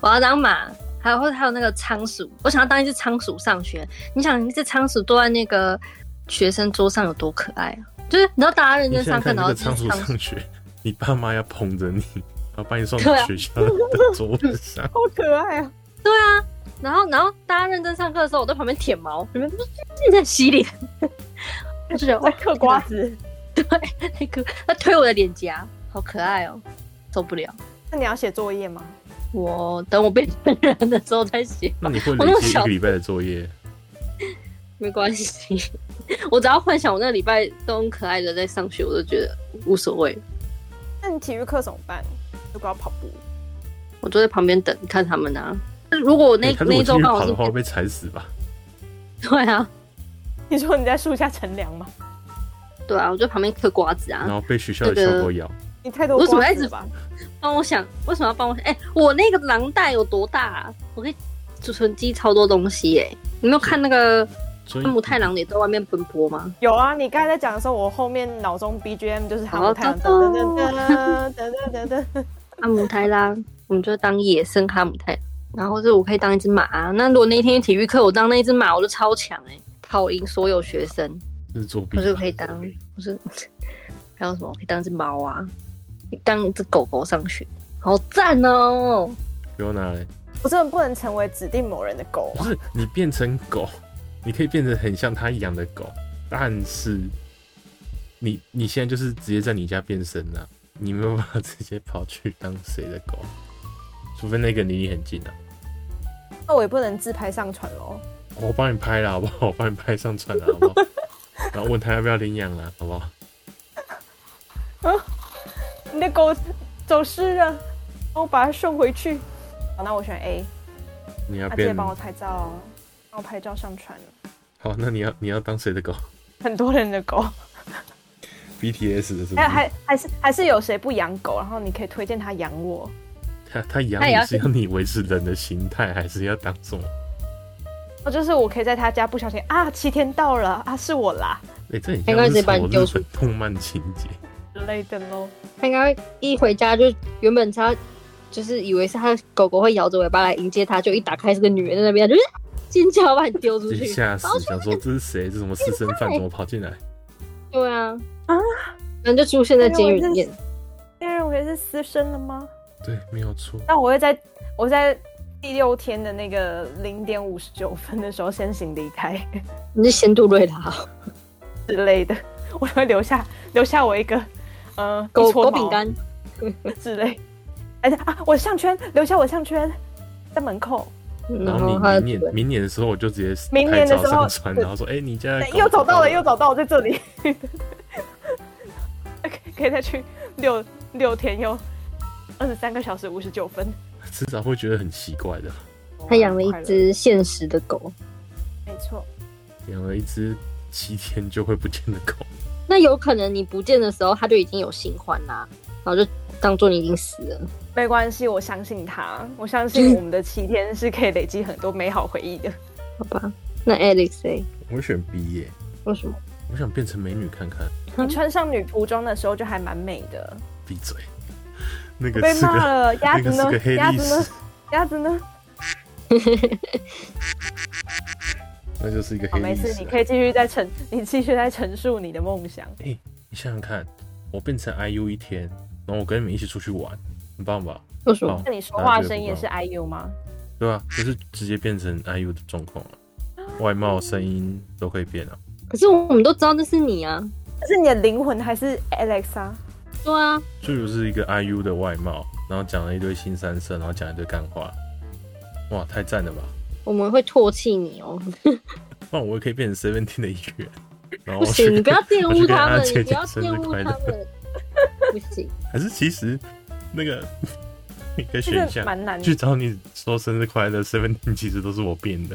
C: 我要当马，还有或者还有那个仓鼠，我想要当一只仓鼠上学。你想，一只仓鼠坐在那个学生桌上有多可爱啊？就是你知道大家认
A: 你
C: 真
A: 现在
C: 上课，
A: 看那
C: 然后
A: 个
C: 一只
A: 仓
C: 仓鼠
A: 鼠上学，你爸妈要捧着你，然后把你送
C: 对
A: 到
C: 啊
A: 学校的桌子上，
B: 好可爱啊！
C: 然后然后大家认真上课的时候，我在旁边舔毛，你们不是在洗脸，我就
B: 在
C: 觉得哇，
B: 嗑瓜子。
C: 那个他推我的脸颊，好可爱哦，受不了。
B: 那你要写作业吗？
C: 我等我变成人的时候再写，
A: 那你会
C: 我那
A: 累
C: 么
A: 积一
C: 小
A: 个礼拜的作业，
C: 没关系。我只要幻想我那个礼拜都很可爱的在上学，我就觉得无所谓。
B: 那你体育课怎么办？如果要跑步，
C: 我坐在旁边等看他们啊。如果我 [LAUGHS] 那、
A: 欸他如
C: 那
A: 果继
C: 一周
A: 续
C: 刚好
A: 跑
C: 是
A: 的话会被踩死吧？
C: [LAUGHS] 对啊，
B: 你说你在树下乘凉吗？
C: 对啊，我就旁边嗑瓜子
A: 然
C: 啊。
A: 后被学校的
C: 这个
A: 小狗咬，
B: 你太多
C: 我怎么
B: 瓜
C: 一
B: 子
C: 直
B: 了吧？
C: 帮我想，为什么要帮我想？哎、我那个囊袋有多大、啊？我可以储存机超多东西耶、你没有看那个
A: 所以
C: 汤姆太郎也在外面奔波吗？
B: 有啊，你刚才在讲的时候，我后面脑中 BGM 就是他们
C: 好
B: 太阳噔
C: 咚
B: 噔
C: 咚
B: 噔噔噔噔噔 [LAUGHS] 噔。
C: 哈姆太郎，我们就当野生哈姆太郎。然后是我可以当一只马、啊。那如果那一天体育课我当那一只马，我就超强哎、跑赢所有学生。
A: 这是作弊
C: 我
A: 吧，
C: 就可以当，我是还有什么？我可以当只猫啊，当一只狗狗上学，好赞哦！
A: 不要拿来，
B: 我真的不能成为指定某人的狗啊
A: 不是你变成狗，你可以变成很像他养的狗，但是你你现在就是直接在你家变身了、你没有办法直接跑去当谁的狗，除非那个离你很近啊。
B: 那我也不能自拍上传喽。
A: 我帮你拍了好不好？我帮你拍上传了好不好？ [LAUGHS] 然后问他要不要领养了好不好？
B: 你的狗走失了，帮我把它送回去。好，那我选 A，
A: 你要
B: 他记得
A: 变
B: 帮我拍照哦，帮我拍照上传。
A: 好，那你要你要当谁的狗
B: 很多人的狗，
A: ？BTS 的是不
C: 哎
B: 还有
A: 是？
B: 还还是还是有谁不养狗，然后你可以推荐他养我。
A: 他他养
C: 他也要
A: 你是要你维持人的形态，还是要当什么？
B: 哦，就是我可以在他家不小心啊，七天到了啊，是我啦
A: 哎、这很
C: 没关
A: 像
C: 系
A: 是
C: 把
A: 什
C: 你
A: 么
C: 丢
A: 日
C: 出
A: 本动漫情节。
B: 之类的喽。
C: 他应该一回家就原本他就是以为是他的狗狗会摇着尾巴来迎接他，就一打开是个女人在那边，就是 [LAUGHS] 尖叫把你丢出
A: 直
C: 去
A: 接。吓死
C: 然后，
A: 想说这是谁？这什么私生饭？怎么跑进来？
C: 对啊，
B: 啊，
C: 然后就出现在监狱里面。
B: 那人我可以是私生了吗？
A: 对，没有错。
B: 那我会在我在第六天的那个零点五十九分的时候先行离
C: [LAUGHS]
B: 开
C: 你是仙杜瑞
B: [LAUGHS]
C: 拉，
B: 之类的，我就会留下留下我一个呃
C: 狗
B: 一撮
C: 狗
B: 毛
C: 饼干，
B: 之类，而且啊，我项圈留下我项圈在门口，
A: 然
C: 嗯然
A: 后
C: 后
A: 你
C: 他
A: 明年明年的时候，我就直接
B: 明
A: 拍
B: 年的
A: 照
B: 时候
A: 上传，然后说：“哎、你家的
B: 对
A: 狗
B: 又找到了，
A: 狗
B: 又找到了，在这里。 [LAUGHS] 可以可以再去六六天又二十三个小时五十九分。
A: 至少会觉得很奇怪的。
C: 他养了一
B: 快乐，
C: 只现实的狗。
B: 哦没错，
A: 养了一只七天就会不见的狗，
C: 那有可能你不见的时候，他就已经有新欢啦，然后就当做你已经死了。
B: 没关系，我相信他，我相
C: [LAUGHS]
B: 信我们的七天是可以累积很多美好回忆的。
C: 好吧，那 Alex 哎，
A: 我会选 B 耶、
C: 为什么？
A: 我想变成美女看看。
B: 你穿上女仆装的时候就还蛮美的。
A: 闭嘴，那个
B: 被
A: 是
B: 骂
A: 个 [LAUGHS]
B: 了，鸭
A: 那
B: 子
A: 个是个
B: 呢？
A: 黑
B: 鸭
A: 历
B: 子呢
A: 史？，
B: 鸭子呢？
A: 那就是一个
B: 好，
A: 黑
B: 没
A: 历史
B: 事
A: 啊。，
B: 你可以继续再陈， [LAUGHS] 你继续再陈述你的梦想。
A: 哎你想想看，我变成 IU 一天，然后我跟你们一起出去玩，很棒吧？
C: 为什么？
A: 好
B: 那，你说
A: 大家
B: 话
A: 觉得
B: 声音
A: 不
B: 也
A: 棒
B: 是 IU 吗？
A: 对啊，就是直接变成 IU 的状况
C: 啊
A: 了，外貌、声音都可以变啊。
C: 可是我们都知道那是你啊。
B: 可是你的灵魂还是 Alex 啊？
C: 对啊，
A: 就就是一个 IU 的外貌，然后讲了一堆新三色，然后讲一堆干话，哇，太赞了吧！
C: 我们会唾弃你哦。
A: 不然我也可以变成 Seventeen 的一员，然
C: [LAUGHS]
A: 后
C: 不
A: 去
C: 行，你不要玷污他
A: 我
C: 们，
A: 去跟他姐
C: 你不要
A: 姐
C: 玷污他
A: 生日快
C: 们。 [LAUGHS] 不行，
A: 还是其实那
C: [LAUGHS]
A: 个你可以
B: 这
A: 选一
B: 个
A: 下，
B: 蛮难
A: 去
B: 的。
A: 找你说生日快乐，Seventeen 其实都是我变的。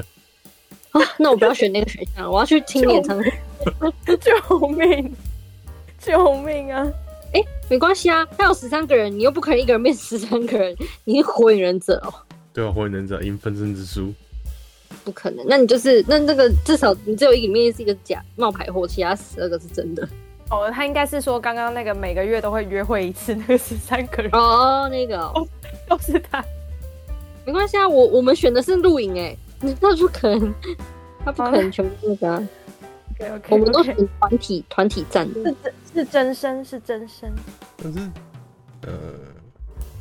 C: 啊，那我不要选那个选项，我要去听演唱会。
B: [LAUGHS] 救命！救命啊！
C: 哎、没关系啊，他有十三个人，你又不可能一个人变十三个人，你是火影忍者哦，
A: 对啊，火影忍者因分身之术，
C: 不可能。那你就是那那个至少你只有一个里面是一个假冒牌货，其他十二个是真的。
B: 哦，他应该是说刚刚那个每个月都会约会一次，那个十三个人
C: 哦，那个、哦、
B: 都是他。
C: 没关系啊，我我们选的是露营哎、 [LAUGHS] 那不可能，他不可能全部那个、 [LAUGHS] 啊，
B: OK
C: 我
B: OK
C: 们都
B: OK，
C: 选团体团体战的。
B: 是真是真身是真身。
A: 但是呃，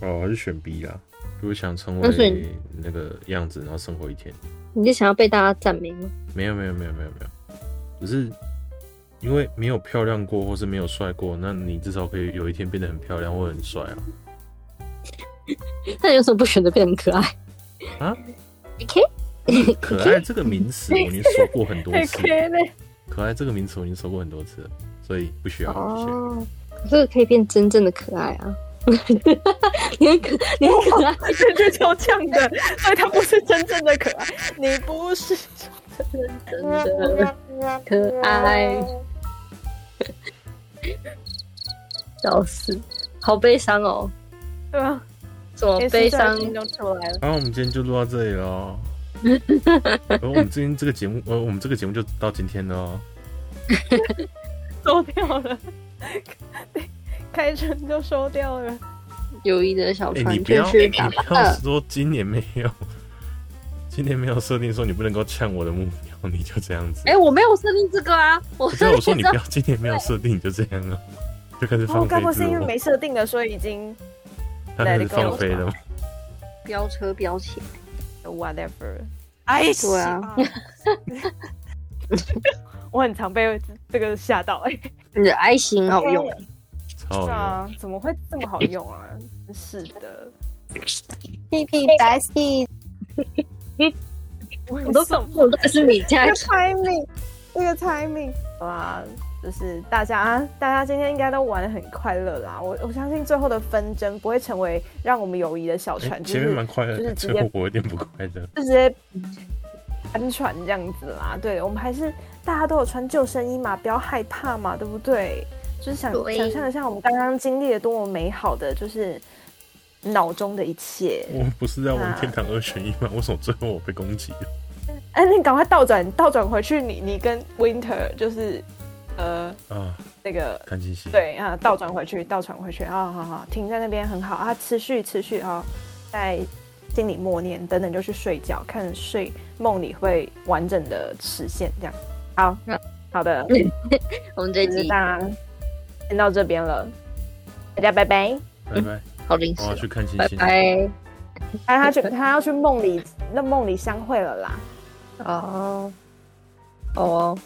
A: 哦，我还是选 B 啦。如果想成
C: 那所
A: 为
C: 以
A: 那个样子，然后生活一天，
C: 你是想要被大家赞美吗？
A: 没有没有没有没有没有，只是因为没有漂亮过，或是没有帅过，那你至少可以有一天变得很漂亮或很帅啊。
C: 那你为什么不选择变得很可爱？
A: 啊
C: ？OK，
A: 可爱这个名词我已经说过很多
C: [LAUGHS]
A: 次，
B: OK 嘞，
A: 可爱这个名词我已经说过很多次了，所以不需要谢谢。
C: 哦，这个可以变真正的可爱啊！ [LAUGHS] 你很可，你很可爱，
B: 这就超呛的，所以他不是真正的可爱，你不是
C: 真的可爱，笑死，好悲伤哦，
B: 对啊哎吧？
C: 怎么
B: 连
C: 悲
B: 宿舍
C: 伤
B: 的？心都出来了。
A: 好、我们今天就录到这里
C: [LAUGHS]
A: 喽。而我们今天这个节目，呃，我们这个节目就到今天喽。
B: 收掉了，开春就收掉了。
C: 友谊的小
A: 哎、
C: 船
A: 你不
C: 就
A: 要，
C: 是
A: 你
C: 打
A: 不要
C: 了。
A: 说今年没有，今年没有设定说你不能够呛我的目标，你就这样子。
C: 哎、我没有设定这个啊，我
A: 对
C: 设
A: 啊，我
C: 定
A: 说你
C: 这
B: [LAUGHS]
A: 不要今天没有设定，你就这样了，就开始
B: 哦，
A: 放
B: 该
A: 飞
B: 不会
A: 自
B: 是因为
A: 我，
B: 没设定的，所以已经
A: 他开始
B: let it go
A: 放飞了吗。
C: 飙车飙起来。
B: whatever。哎，
C: 对啊
B: [LAUGHS] 是，我很常被这个吓到。哎，
C: 你的 I 型好用，啊
A: 超超
B: 对
A: 好
B: 啊，怎么会这么好用啊？真是的，
D: 屁屁白屁，
B: 我
C: 我都
B: 懂。
C: 我都是你
D: [LAUGHS]
C: 家
B: 这个
A: 哎
B: timing，这个 timing，好啦，就是大家啊大家今天应该都玩的很快乐啦。我我相信最后的纷争不会成为让我们友谊的小
A: 用。哎
B: 船，就
A: 前面
B: 是
A: 蛮快乐
B: 就是
A: 的，
B: 直
A: 最
B: 接
A: 后我有点不快乐。
B: 就直接安船这样子啦。对，我们还是大家都有穿救生衣嘛，不要害怕嘛，对不对？就是想
C: 对
B: 想象一下我们刚刚经历了多么美好的，就是脑中的一切。
A: 我不是在玩
B: 啊
A: 天堂二选一吗？为什么最后我被攻击了？
B: 哎、那你赶快倒转倒转回去，你你跟 Winter 就是呃
A: 啊，
B: 那个
A: 看清晰。，
B: 对啊，倒转回去，倒转回去，啊好好好，停在那边很好啊，持续持续啊，在心里默念，等等就去睡觉，看睡梦里会完整的实现这样。好
C: 嗯，
B: 好的，
C: 我们这一
B: 就是
C: 集
B: 大家先到这边了，大家拜拜。
A: 拜拜，
C: 好临时
A: 我要
C: 哦，
A: 去看星
C: 拜
A: 星。
C: 拜
B: 哎，他去，他要去梦里，那梦里相会了啦。
C: 哦，哦哦。